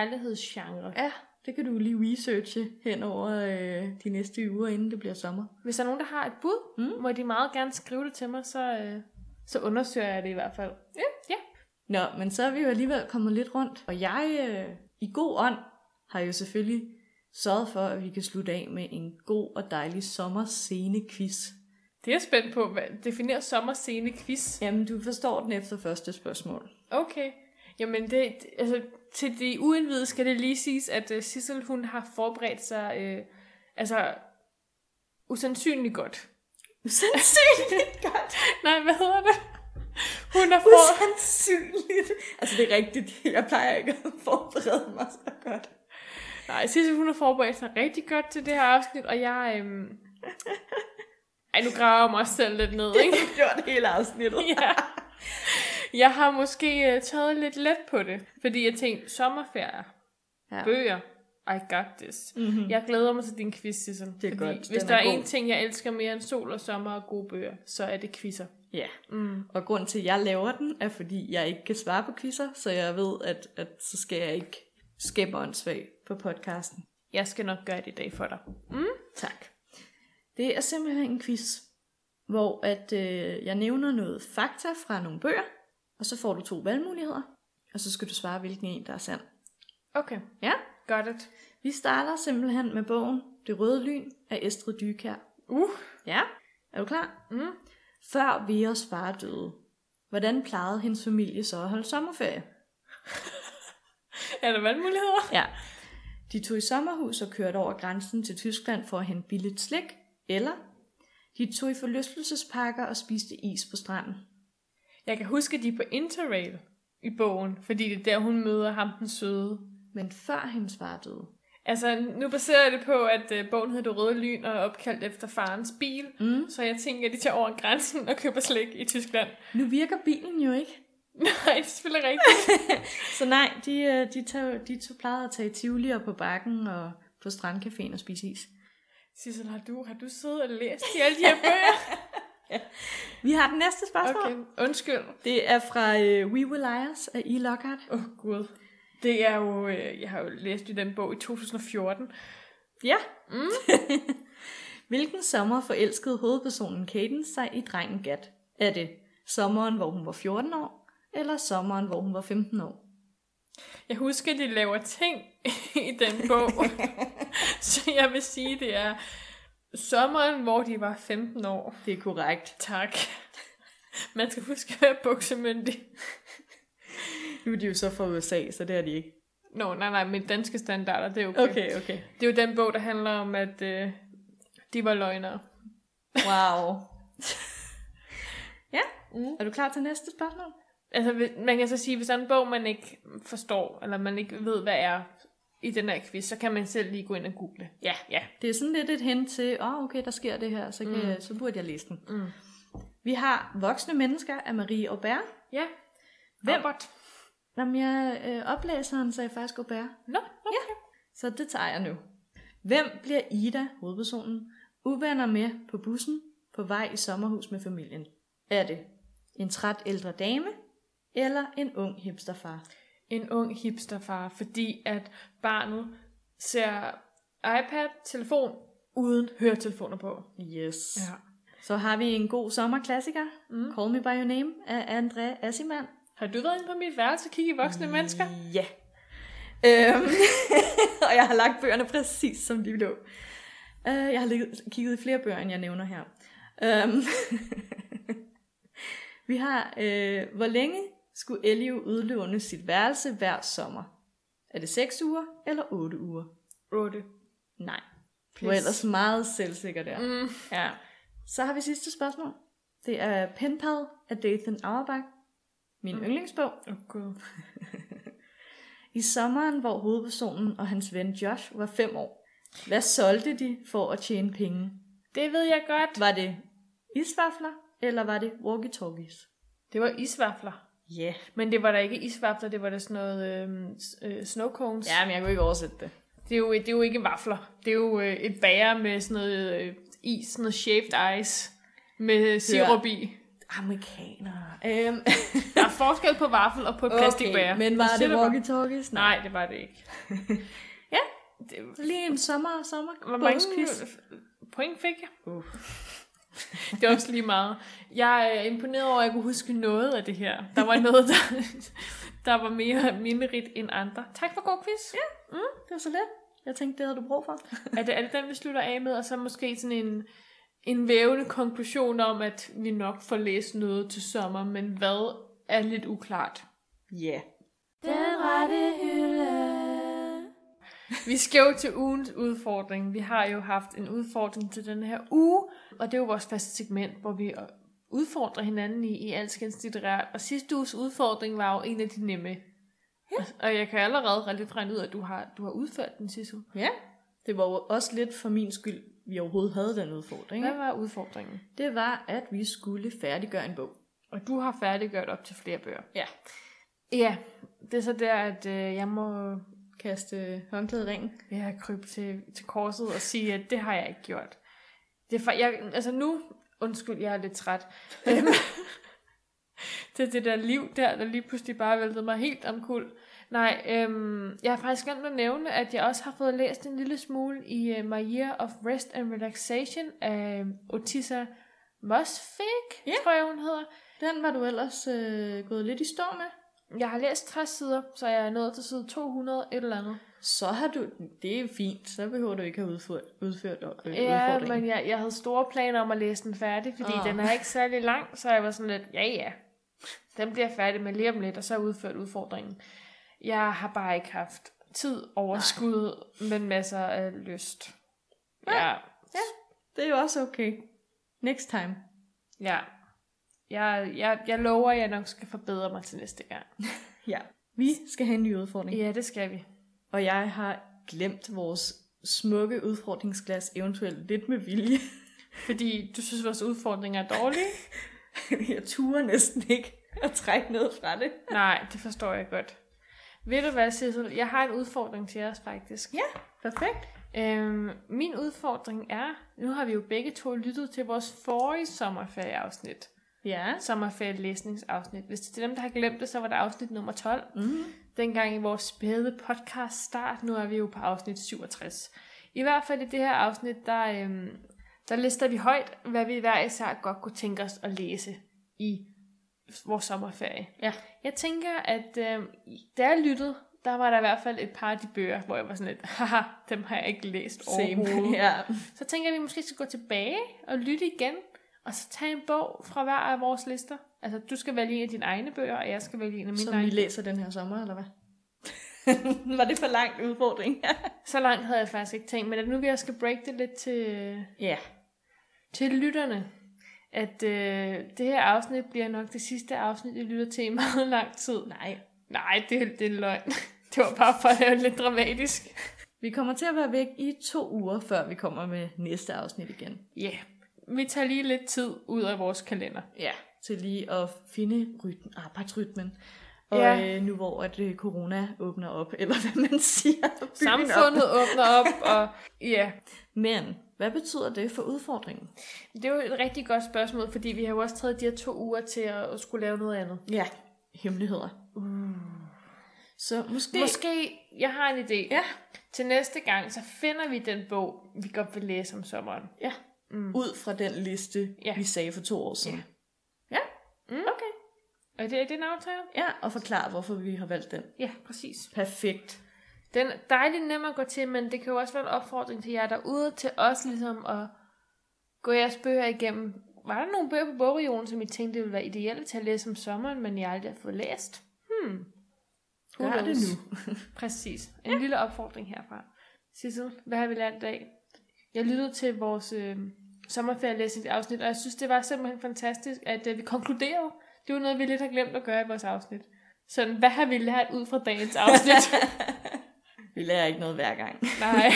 [SPEAKER 2] kærlighedsgenre.
[SPEAKER 1] Ja, det kan du lige researche hen over øh, de næste uger, inden det bliver sommer.
[SPEAKER 2] Hvis der er nogen, der har et bud, mm.
[SPEAKER 1] Mm.
[SPEAKER 2] må de meget gerne skrive det til mig, så, øh, så undersøger jeg det i hvert fald. Ja. ja.
[SPEAKER 1] Nå, men så er vi jo alligevel kommet lidt rundt. Og jeg, øh, i god ånd, har jo selvfølgelig sørget for, at vi kan slutte af med en god og dejlig sommerscene-quiz.
[SPEAKER 2] Det er jeg spændt på. Hvad- Definer sommerscene quiz.
[SPEAKER 1] Jamen, du forstår den efter første spørgsmål.
[SPEAKER 2] Okay. Jamen, det, det- altså, til de uindvidede skal det lige siges, at uh, Sissel, hun har forberedt sig, øh, altså, usandsynligt godt.
[SPEAKER 1] Usandsynligt godt.
[SPEAKER 2] Nej, hvad hedder det? Hun har for...
[SPEAKER 1] Usandsynligt. Altså, det er rigtigt. Jeg plejer ikke at forberede mig så godt.
[SPEAKER 2] Nej, Sissel, hun har forberedt sig rigtig godt til det her afsnit, og jeg, øhm... Ej, nu graver jeg mig selv lidt ned,
[SPEAKER 1] Jeg
[SPEAKER 2] ikke?
[SPEAKER 1] har gjort hele afsnittet.
[SPEAKER 2] ja. Jeg har måske øh, taget lidt let på det, fordi jeg tænkte, sommerferie, ja.
[SPEAKER 1] Ja.
[SPEAKER 2] bøger, I got this.
[SPEAKER 1] Mm-hmm.
[SPEAKER 2] Jeg glæder mig til din quiz, Sissel.
[SPEAKER 1] Det er
[SPEAKER 2] fordi
[SPEAKER 1] godt.
[SPEAKER 2] Hvis
[SPEAKER 1] Den
[SPEAKER 2] der
[SPEAKER 1] er
[SPEAKER 2] er
[SPEAKER 1] god.
[SPEAKER 2] én ting, jeg elsker mere end sol og sommer og gode bøger, så er det quizzer.
[SPEAKER 1] Ja.
[SPEAKER 2] Mm.
[SPEAKER 1] Og grund til, at jeg laver den, er fordi, jeg ikke kan svare på quizzer, så jeg ved, at, at så skal jeg ikke skæmme åndssvag på podcasten.
[SPEAKER 2] Jeg skal nok gøre det i dag for dig.
[SPEAKER 1] Tak. Det er simpelthen en quiz, hvor at, øh, jeg nævner noget fakta fra nogle bøger, og så får du to valgmuligheder, og så skal du svare, hvilken en, der er sand.
[SPEAKER 2] Okay,
[SPEAKER 1] Ja,
[SPEAKER 2] got it.
[SPEAKER 1] vi starter simpelthen med bogen Det Røde Lyn af Estrid Dykær.
[SPEAKER 2] Uh.
[SPEAKER 1] Ja. Er du klar?
[SPEAKER 2] Mm.
[SPEAKER 1] Før Veras far døde, hvordan plejede hendes familie så at holde sommerferie?
[SPEAKER 2] Er der valgmuligheder?
[SPEAKER 1] Ja. De tog i sommerhus og kørte over grænsen til Tyskland for at hente billigt slik, eller de tog i forlystelsespakker og spiste is på stranden.
[SPEAKER 2] Jeg kan huske, at de er på Interrail i bogen, fordi det er der, hun møder ham den søde.
[SPEAKER 1] Men før hendes far døde.
[SPEAKER 2] Altså, nu baserer jeg det på, at øh, bogen hedder Det Røde Lyn og er opkaldt efter farens bil.
[SPEAKER 1] Mm.
[SPEAKER 2] Så jeg tænker, at de tager over grænsen og køber slik i Tyskland.
[SPEAKER 1] Nu virker bilen jo ikke.
[SPEAKER 2] Nej, det er selvfølgelig rigtigt.
[SPEAKER 1] Så nej, de, øh, de, tog, de tog plejede at tage i Tivoli og på bakken og på strandcaféen og spise is.
[SPEAKER 2] Sissel, har du, har du siddet og læst i alle de her bøger?
[SPEAKER 1] Vi har den næste spørgsmål. Okay.
[SPEAKER 2] Okay, undskyld.
[SPEAKER 1] Det er fra øh, We Will Liars af E. Lockhart.
[SPEAKER 2] Åh oh, gud. Det er jo, øh, jeg har jo læst i den bog i 2014.
[SPEAKER 1] Ja.
[SPEAKER 2] Mm.
[SPEAKER 1] Hvilken sommer forelskede hovedpersonen Cadence sig i drengen Gat? Er det sommeren, hvor hun var 14 år, eller sommeren, hvor hun var 15 år?
[SPEAKER 2] Jeg husker, at de laver ting i den bog. så jeg vil sige, det er sommeren, hvor de var 15 år.
[SPEAKER 1] Det er korrekt.
[SPEAKER 2] Tak. Man skal huske at være buksemyndig.
[SPEAKER 1] Nu er de jo så fra USA, så det er de ikke.
[SPEAKER 2] Nå, nej, nej, men danske standarder, det er okay.
[SPEAKER 1] Okay, okay.
[SPEAKER 2] Det er jo den bog, der handler om, at øh, de var løgnere.
[SPEAKER 1] Wow. ja,
[SPEAKER 2] Mm.
[SPEAKER 1] er du klar til næste spørgsmål?
[SPEAKER 2] Altså, hvis- man kan så sige, hvis der er en bog, man ikke forstår, eller man ikke ved, hvad er i den her quiz, så kan man selv lige gå ind og google.
[SPEAKER 1] Ja.
[SPEAKER 2] Ja.
[SPEAKER 1] Det er sådan lidt et hint til, åh oh, okay, der sker det her, så, kan,
[SPEAKER 2] Mm.
[SPEAKER 1] mm. så burde jeg læse den.
[SPEAKER 2] Mm.
[SPEAKER 1] Vi har Voksne Mennesker af Marie Aubert.
[SPEAKER 2] Ja.
[SPEAKER 1] Hvem?
[SPEAKER 2] Robert.
[SPEAKER 1] Jamen, jeg øh, oplæseren sagde faktisk Aubert,
[SPEAKER 2] Nå, okay.
[SPEAKER 1] så det tager jeg nu. Hvem bliver Ida, hovedpersonen, uvenner med på bussen på vej i sommerhus med familien? Er det en træt ældre dame, eller en ung hipsterfar?
[SPEAKER 2] En ung hipsterfar, fordi at barnet ser iPad, telefon, uden høretelefoner på.
[SPEAKER 1] Yes. Ja. Så har vi en god sommerklassiker,
[SPEAKER 2] Mm.
[SPEAKER 1] mm. Call Me By Your Name af André Assimann.
[SPEAKER 2] Har du været inde på mit værelse og kigge i
[SPEAKER 1] Mm.
[SPEAKER 2] voksne mennesker?
[SPEAKER 1] Ja. Øhm, og jeg har lagt bøgerne præcis, som de lå. Øh, jeg har ligget, kigget i flere bøger, end jeg nævner her. Øhm, vi har, øh, hvor længe skulle Elio udlåne sit værelse hver sommer? Er det 6 uger eller 8 uger?
[SPEAKER 2] 8.
[SPEAKER 1] Nej. Du er ellers meget selvsikker der.
[SPEAKER 2] Mm.
[SPEAKER 1] Ja. Så har vi sidste spørgsmål. Det er Penpal af Dathan Auerbach. Min
[SPEAKER 2] Mm.
[SPEAKER 1] mm. yndlingsbog.
[SPEAKER 2] Oh, God.
[SPEAKER 1] I sommeren, hvor hovedpersonen og hans ven Josh var fem år, hvad solgte de for at tjene penge?
[SPEAKER 2] Det ved jeg godt.
[SPEAKER 1] Var det isvafler, eller var det walkie-talkies?
[SPEAKER 2] Det var isvafler.
[SPEAKER 1] Ja. Yeah.
[SPEAKER 2] Men det var da ikke isvafler, det var da sådan noget øhm, s- øh, snow cones.
[SPEAKER 1] men jeg kunne ikke oversætte det.
[SPEAKER 2] Det er, jo, det er jo ikke vafler. Det er jo øh, et bager med sådan noget øh, is, sådan noget shaved ice med sirup i.
[SPEAKER 1] Amerikanere. Øhm,
[SPEAKER 2] Der er forskel på vaffel og på et okay, plastikbager.
[SPEAKER 1] men var
[SPEAKER 2] Siger
[SPEAKER 1] det
[SPEAKER 2] du bare?
[SPEAKER 1] walkie-talkies?
[SPEAKER 2] Nej, det var det ikke.
[SPEAKER 1] Ja.
[SPEAKER 2] Det,
[SPEAKER 1] Lige en sommer, sommer.
[SPEAKER 2] hvor mange sk- point fik jeg? Uh. Det er også lige meget. Jeg øh, er imponeret over, at jeg kunne huske noget af det her. Der var noget, der, der var mere minderigt end andre. Tak for god quiz. Ja.
[SPEAKER 1] Det var så let. Jeg tænkte, det havde du brug for.
[SPEAKER 2] Er, det, er det den, vi slutter af med? Og så måske sådan en, en vævende konklusion om, at vi nok får læst noget til sommer, men hvad er lidt uklart.
[SPEAKER 1] Ja. Yeah.
[SPEAKER 2] Den rette hylde. Vi skal jo til ugens udfordring. Vi har jo haft en udfordring til den her uge, og det er jo vores faste segment, hvor vi øh, udfordrer hinanden i, i alskens litterært. Og sidste uges udfordring var jo en af de nemme. Ja. Og jeg kan allerede lidt regne ud, at du har, du har udført den sidste uge.
[SPEAKER 1] Ja. Det var jo også lidt for min skyld, vi overhovedet havde den udfordring.
[SPEAKER 2] Hvad
[SPEAKER 1] Ja.
[SPEAKER 2] var udfordringen?
[SPEAKER 1] Det var, at vi skulle færdiggøre en bog.
[SPEAKER 2] Og du har færdiggjort op til flere bøger.
[SPEAKER 1] Ja.
[SPEAKER 2] Ja, det er så der, at øh, jeg må
[SPEAKER 1] Kaste håndklæde i ringen.
[SPEAKER 2] ja, krybe til, til korset og sige, at det har jeg ikke gjort. Det er for, jeg, altså nu, undskyld, jeg er lidt træt. Øhm, det er det der liv der, der lige pludselig bare væltede mig helt omkuld. Nej, øhm, jeg har faktisk glemt at nævne, at jeg også har fået læst en lille smule i uh, My Year of Rest and Relaxation af øhm, Otissa Mosfik,
[SPEAKER 1] Ja.
[SPEAKER 2] tror jeg hun hedder.
[SPEAKER 1] Den var du ellers øh, gået lidt i stå med.
[SPEAKER 2] Jeg har læst 60 sider, så jeg er nået til side 200 et eller andet.
[SPEAKER 1] Så har du... Det er fint. Så behøver du ikke have udført, udført øh,
[SPEAKER 2] Ja,
[SPEAKER 1] udfordringen.
[SPEAKER 2] men jeg, jeg havde store planer om at læse den færdig, fordi oh.
[SPEAKER 1] Åh.
[SPEAKER 2] den er ikke særlig lang, så jeg var sådan lidt, ja ja, den bliver færdig med lige om lidt, og så er udført udfordringen. Jeg har bare ikke haft tid, overskud, Nej. men masser af lyst. Ja. ja.
[SPEAKER 1] Det er jo også okay. Next time.
[SPEAKER 2] ja. Jeg, jeg, jeg lover, at jeg nok skal forbedre mig til næste gang.
[SPEAKER 1] Ja. Vi skal have en ny udfordring.
[SPEAKER 2] Ja, det skal vi.
[SPEAKER 1] Og jeg har glemt vores smukke udfordringsglas, eventuelt lidt med vilje.
[SPEAKER 2] Fordi du synes, vores udfordringer er dårlige?
[SPEAKER 1] jeg turer næsten ikke at trække noget fra det.
[SPEAKER 2] Nej, det forstår jeg godt. Ved du hvad, Sissel? Jeg har en udfordring til os faktisk.
[SPEAKER 1] Perfekt.
[SPEAKER 2] Øhm, min udfordring er, nu har vi jo begge to lyttet til vores forrige sommerferieafsnit.
[SPEAKER 1] Ja.
[SPEAKER 2] Sommerferielæsningsafsnit. Hvis det er dem, der har glemt det, så var det afsnit nummer 12.
[SPEAKER 1] Mm.
[SPEAKER 2] Dengang i vores spæde podcast start, nu er vi jo på afsnit 67. I hvert fald i det her afsnit, der, øhm, Der lister vi højt, hvad vi hver især godt kunne tænke os at læse i vores sommerferie.
[SPEAKER 1] Ja.
[SPEAKER 2] Jeg tænker, at øh, da jeg lyttede, der var der i hvert fald et par af de bøger, hvor jeg var sådan lidt, haha, dem har jeg ikke læst overhovedet.
[SPEAKER 1] ja.
[SPEAKER 2] Så tænker jeg, at vi måske skal gå tilbage og lytte igen, og så tage en bog fra hver af vores lister. Altså, du skal vælge en af dine egne bøger, og jeg skal vælge en af mine
[SPEAKER 1] Som vi
[SPEAKER 2] egne.
[SPEAKER 1] læser den her sommer, eller hvad? Var det for lang udfordring?
[SPEAKER 2] Så langt havde jeg faktisk ikke tænkt, men at nu vi også skal break det lidt til,
[SPEAKER 1] ja.
[SPEAKER 2] til lytterne, at øh, det her afsnit bliver nok det sidste afsnit, I lytter til i meget lang tid.
[SPEAKER 1] Nej.
[SPEAKER 2] Nej, det, det er løgn. Det var bare for at lave det lidt dramatisk.
[SPEAKER 1] Vi kommer til at være væk i to uger, før vi kommer med næste afsnit igen.
[SPEAKER 2] Ja, yeah. vi tager lige lidt tid ud af vores kalender.
[SPEAKER 1] Ja. Til lige at finde rytmen, arbejdsrytmen. Og
[SPEAKER 2] Ja.
[SPEAKER 1] ja. øh, nu hvor at øh, corona åbner op, eller hvad man siger. byen op.
[SPEAKER 2] Samfundet åbner op, og ja,
[SPEAKER 1] Men hvad betyder det for udfordringen?
[SPEAKER 2] det er jo et rigtig godt spørgsmål, fordi vi har jo også taget de her to uger til at, at skulle lave noget andet.
[SPEAKER 1] Ja. Hemmeligheder. Uh. Så måske...
[SPEAKER 2] Måske, jeg har en idé.
[SPEAKER 1] Ja.
[SPEAKER 2] Til næste gang, så finder vi den bog, vi godt vil læse om sommeren.
[SPEAKER 1] Ja. Mm. Ud fra den liste,
[SPEAKER 2] Ja.
[SPEAKER 1] ja. vi sagde for to år siden.
[SPEAKER 2] Ja.
[SPEAKER 1] Ja. ja. Mm. Okay.
[SPEAKER 2] Er det, er det en aftale?
[SPEAKER 1] Ja, og forklare, hvorfor vi har valgt den.
[SPEAKER 2] Ja, præcis.
[SPEAKER 1] Perfekt.
[SPEAKER 2] Den er dejligt nem at gå til, men det kan jo også være en opfordring til jer derude, til os ligesom at gå jeres bøger igennem. Var der nogle bøger på bogregionen, som I tænkte ville være ideelle til at læse om sommeren, men I aldrig har fået læst? Hmm. Who
[SPEAKER 1] Gør det
[SPEAKER 2] knows?
[SPEAKER 1] nu.
[SPEAKER 2] Præcis. En ja. lille opfordring herfra. Sissel, hvad har vi lært i dag? Jeg lyttede til vores øh, sommerferielæsningsafsnit, og jeg synes, det var simpelthen fantastisk, at øh, vi konkluderede. Det var noget, vi lidt har glemt at gøre i vores afsnit. Sådan, hvad har vi lært ud fra dagens afsnit?
[SPEAKER 1] Vi lærer ikke noget hver gang.
[SPEAKER 2] Nej.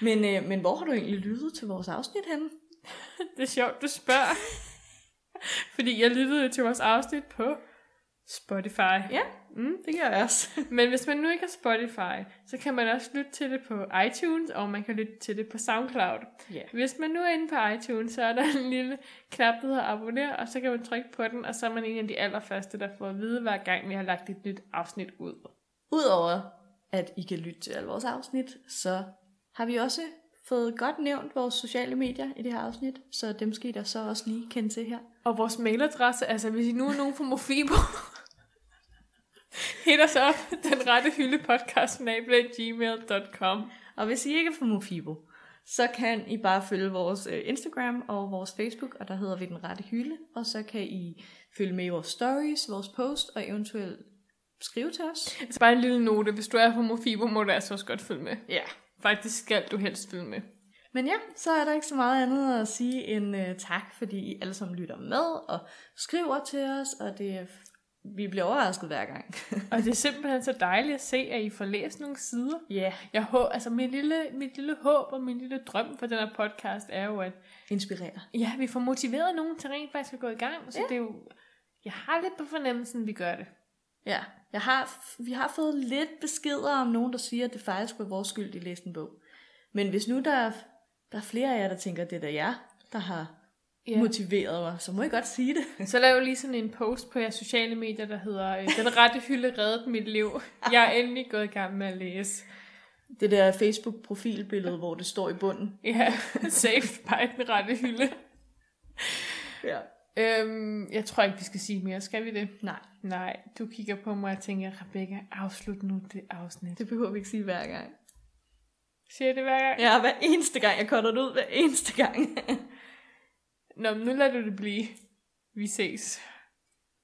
[SPEAKER 1] Men, øh, men hvor har du egentlig lyttet til vores afsnit henne?
[SPEAKER 2] Det er sjovt, du spørger. Fordi jeg lyttede jo til vores afsnit på Spotify.
[SPEAKER 1] Ja,
[SPEAKER 2] Mm.
[SPEAKER 1] det gør jeg også.
[SPEAKER 2] Men hvis man nu ikke har Spotify, så kan man også lytte til det på iTunes, og man kan lytte til det på SoundCloud.
[SPEAKER 1] Ja.
[SPEAKER 2] Hvis man nu er inde på iTunes, så er der en lille knap, der hedder abonner, og så kan man trykke på den, og så er man en af de allerførste, der får at vide, hver gang vi har lagt et nyt afsnit ud.
[SPEAKER 1] Udover at I kan lytte til alle vores afsnit, så har vi også fået godt nævnt vores sociale medier i det her afsnit, så dem skal I da så også lige kende til her.
[SPEAKER 2] Og vores mailadresse, altså hvis I nu er nogen fra Mofibo, hit os op, den rette hylde podcast, gmail.com.
[SPEAKER 1] Og hvis I ikke er fra Mofibo, så kan I bare følge vores øh, Instagram og vores Facebook, og der hedder vi Den Rette Hylde. Og så kan I følge med i vores stories, vores post og eventuelt skrive til os.
[SPEAKER 2] Så Altså, bare en lille note, hvis du er fra Mofibo, må du altså også godt følge med.
[SPEAKER 1] Ja.
[SPEAKER 2] Faktisk skal du helst følge med.
[SPEAKER 1] Men ja, så er der ikke så meget andet at sige end øh, tak, fordi I alle sammen lytter med og skriver til os, og det er vi bliver overrasket hver gang.
[SPEAKER 2] Og det er simpelthen så dejligt at se, at I får læst nogle sider.
[SPEAKER 1] Ja. yeah.
[SPEAKER 2] Jeg håber, altså mit lille, mit lille håb og min lille drøm for den her podcast er jo, at
[SPEAKER 1] Inspirerer.
[SPEAKER 2] ja, vi får motiveret nogen til rent faktisk at gå i gang. Så ja.
[SPEAKER 1] Ja.
[SPEAKER 2] det er jo, jeg har lidt på fornemmelsen, at vi gør det.
[SPEAKER 1] Ja. Jeg har, vi har fået lidt beskeder om nogen, der siger, at det faktisk var vores skyld, de læste en bog. Men hvis nu der er, der er flere af jer, der tænker, at det er da jer, der har
[SPEAKER 2] Ja.
[SPEAKER 1] yeah. motiveret mig, så må I godt sige det.
[SPEAKER 2] Så lav lige sådan en post på jeres sociale medier, der hedder øh, Den rette hylde reddede mit liv. Jeg er endelig gået i gang med at læse.
[SPEAKER 1] Det der Facebook-profilbillede, hvor det står i bunden.
[SPEAKER 2] Ja, saved by den rette hylde.
[SPEAKER 1] Ja.
[SPEAKER 2] Øhm, jeg tror ikke, vi skal sige mere. Skal vi det?
[SPEAKER 1] Nej,
[SPEAKER 2] Nej, du kigger på mig og tænker, Rebecca, afslut nu det afsnit.
[SPEAKER 1] det behøver vi ikke sige hver gang.
[SPEAKER 2] Siger jeg det hver gang?
[SPEAKER 1] Ja, hver eneste gang. Jeg cutter det ud hver eneste gang.
[SPEAKER 2] Nå, men nu lader du det blive. Vi ses.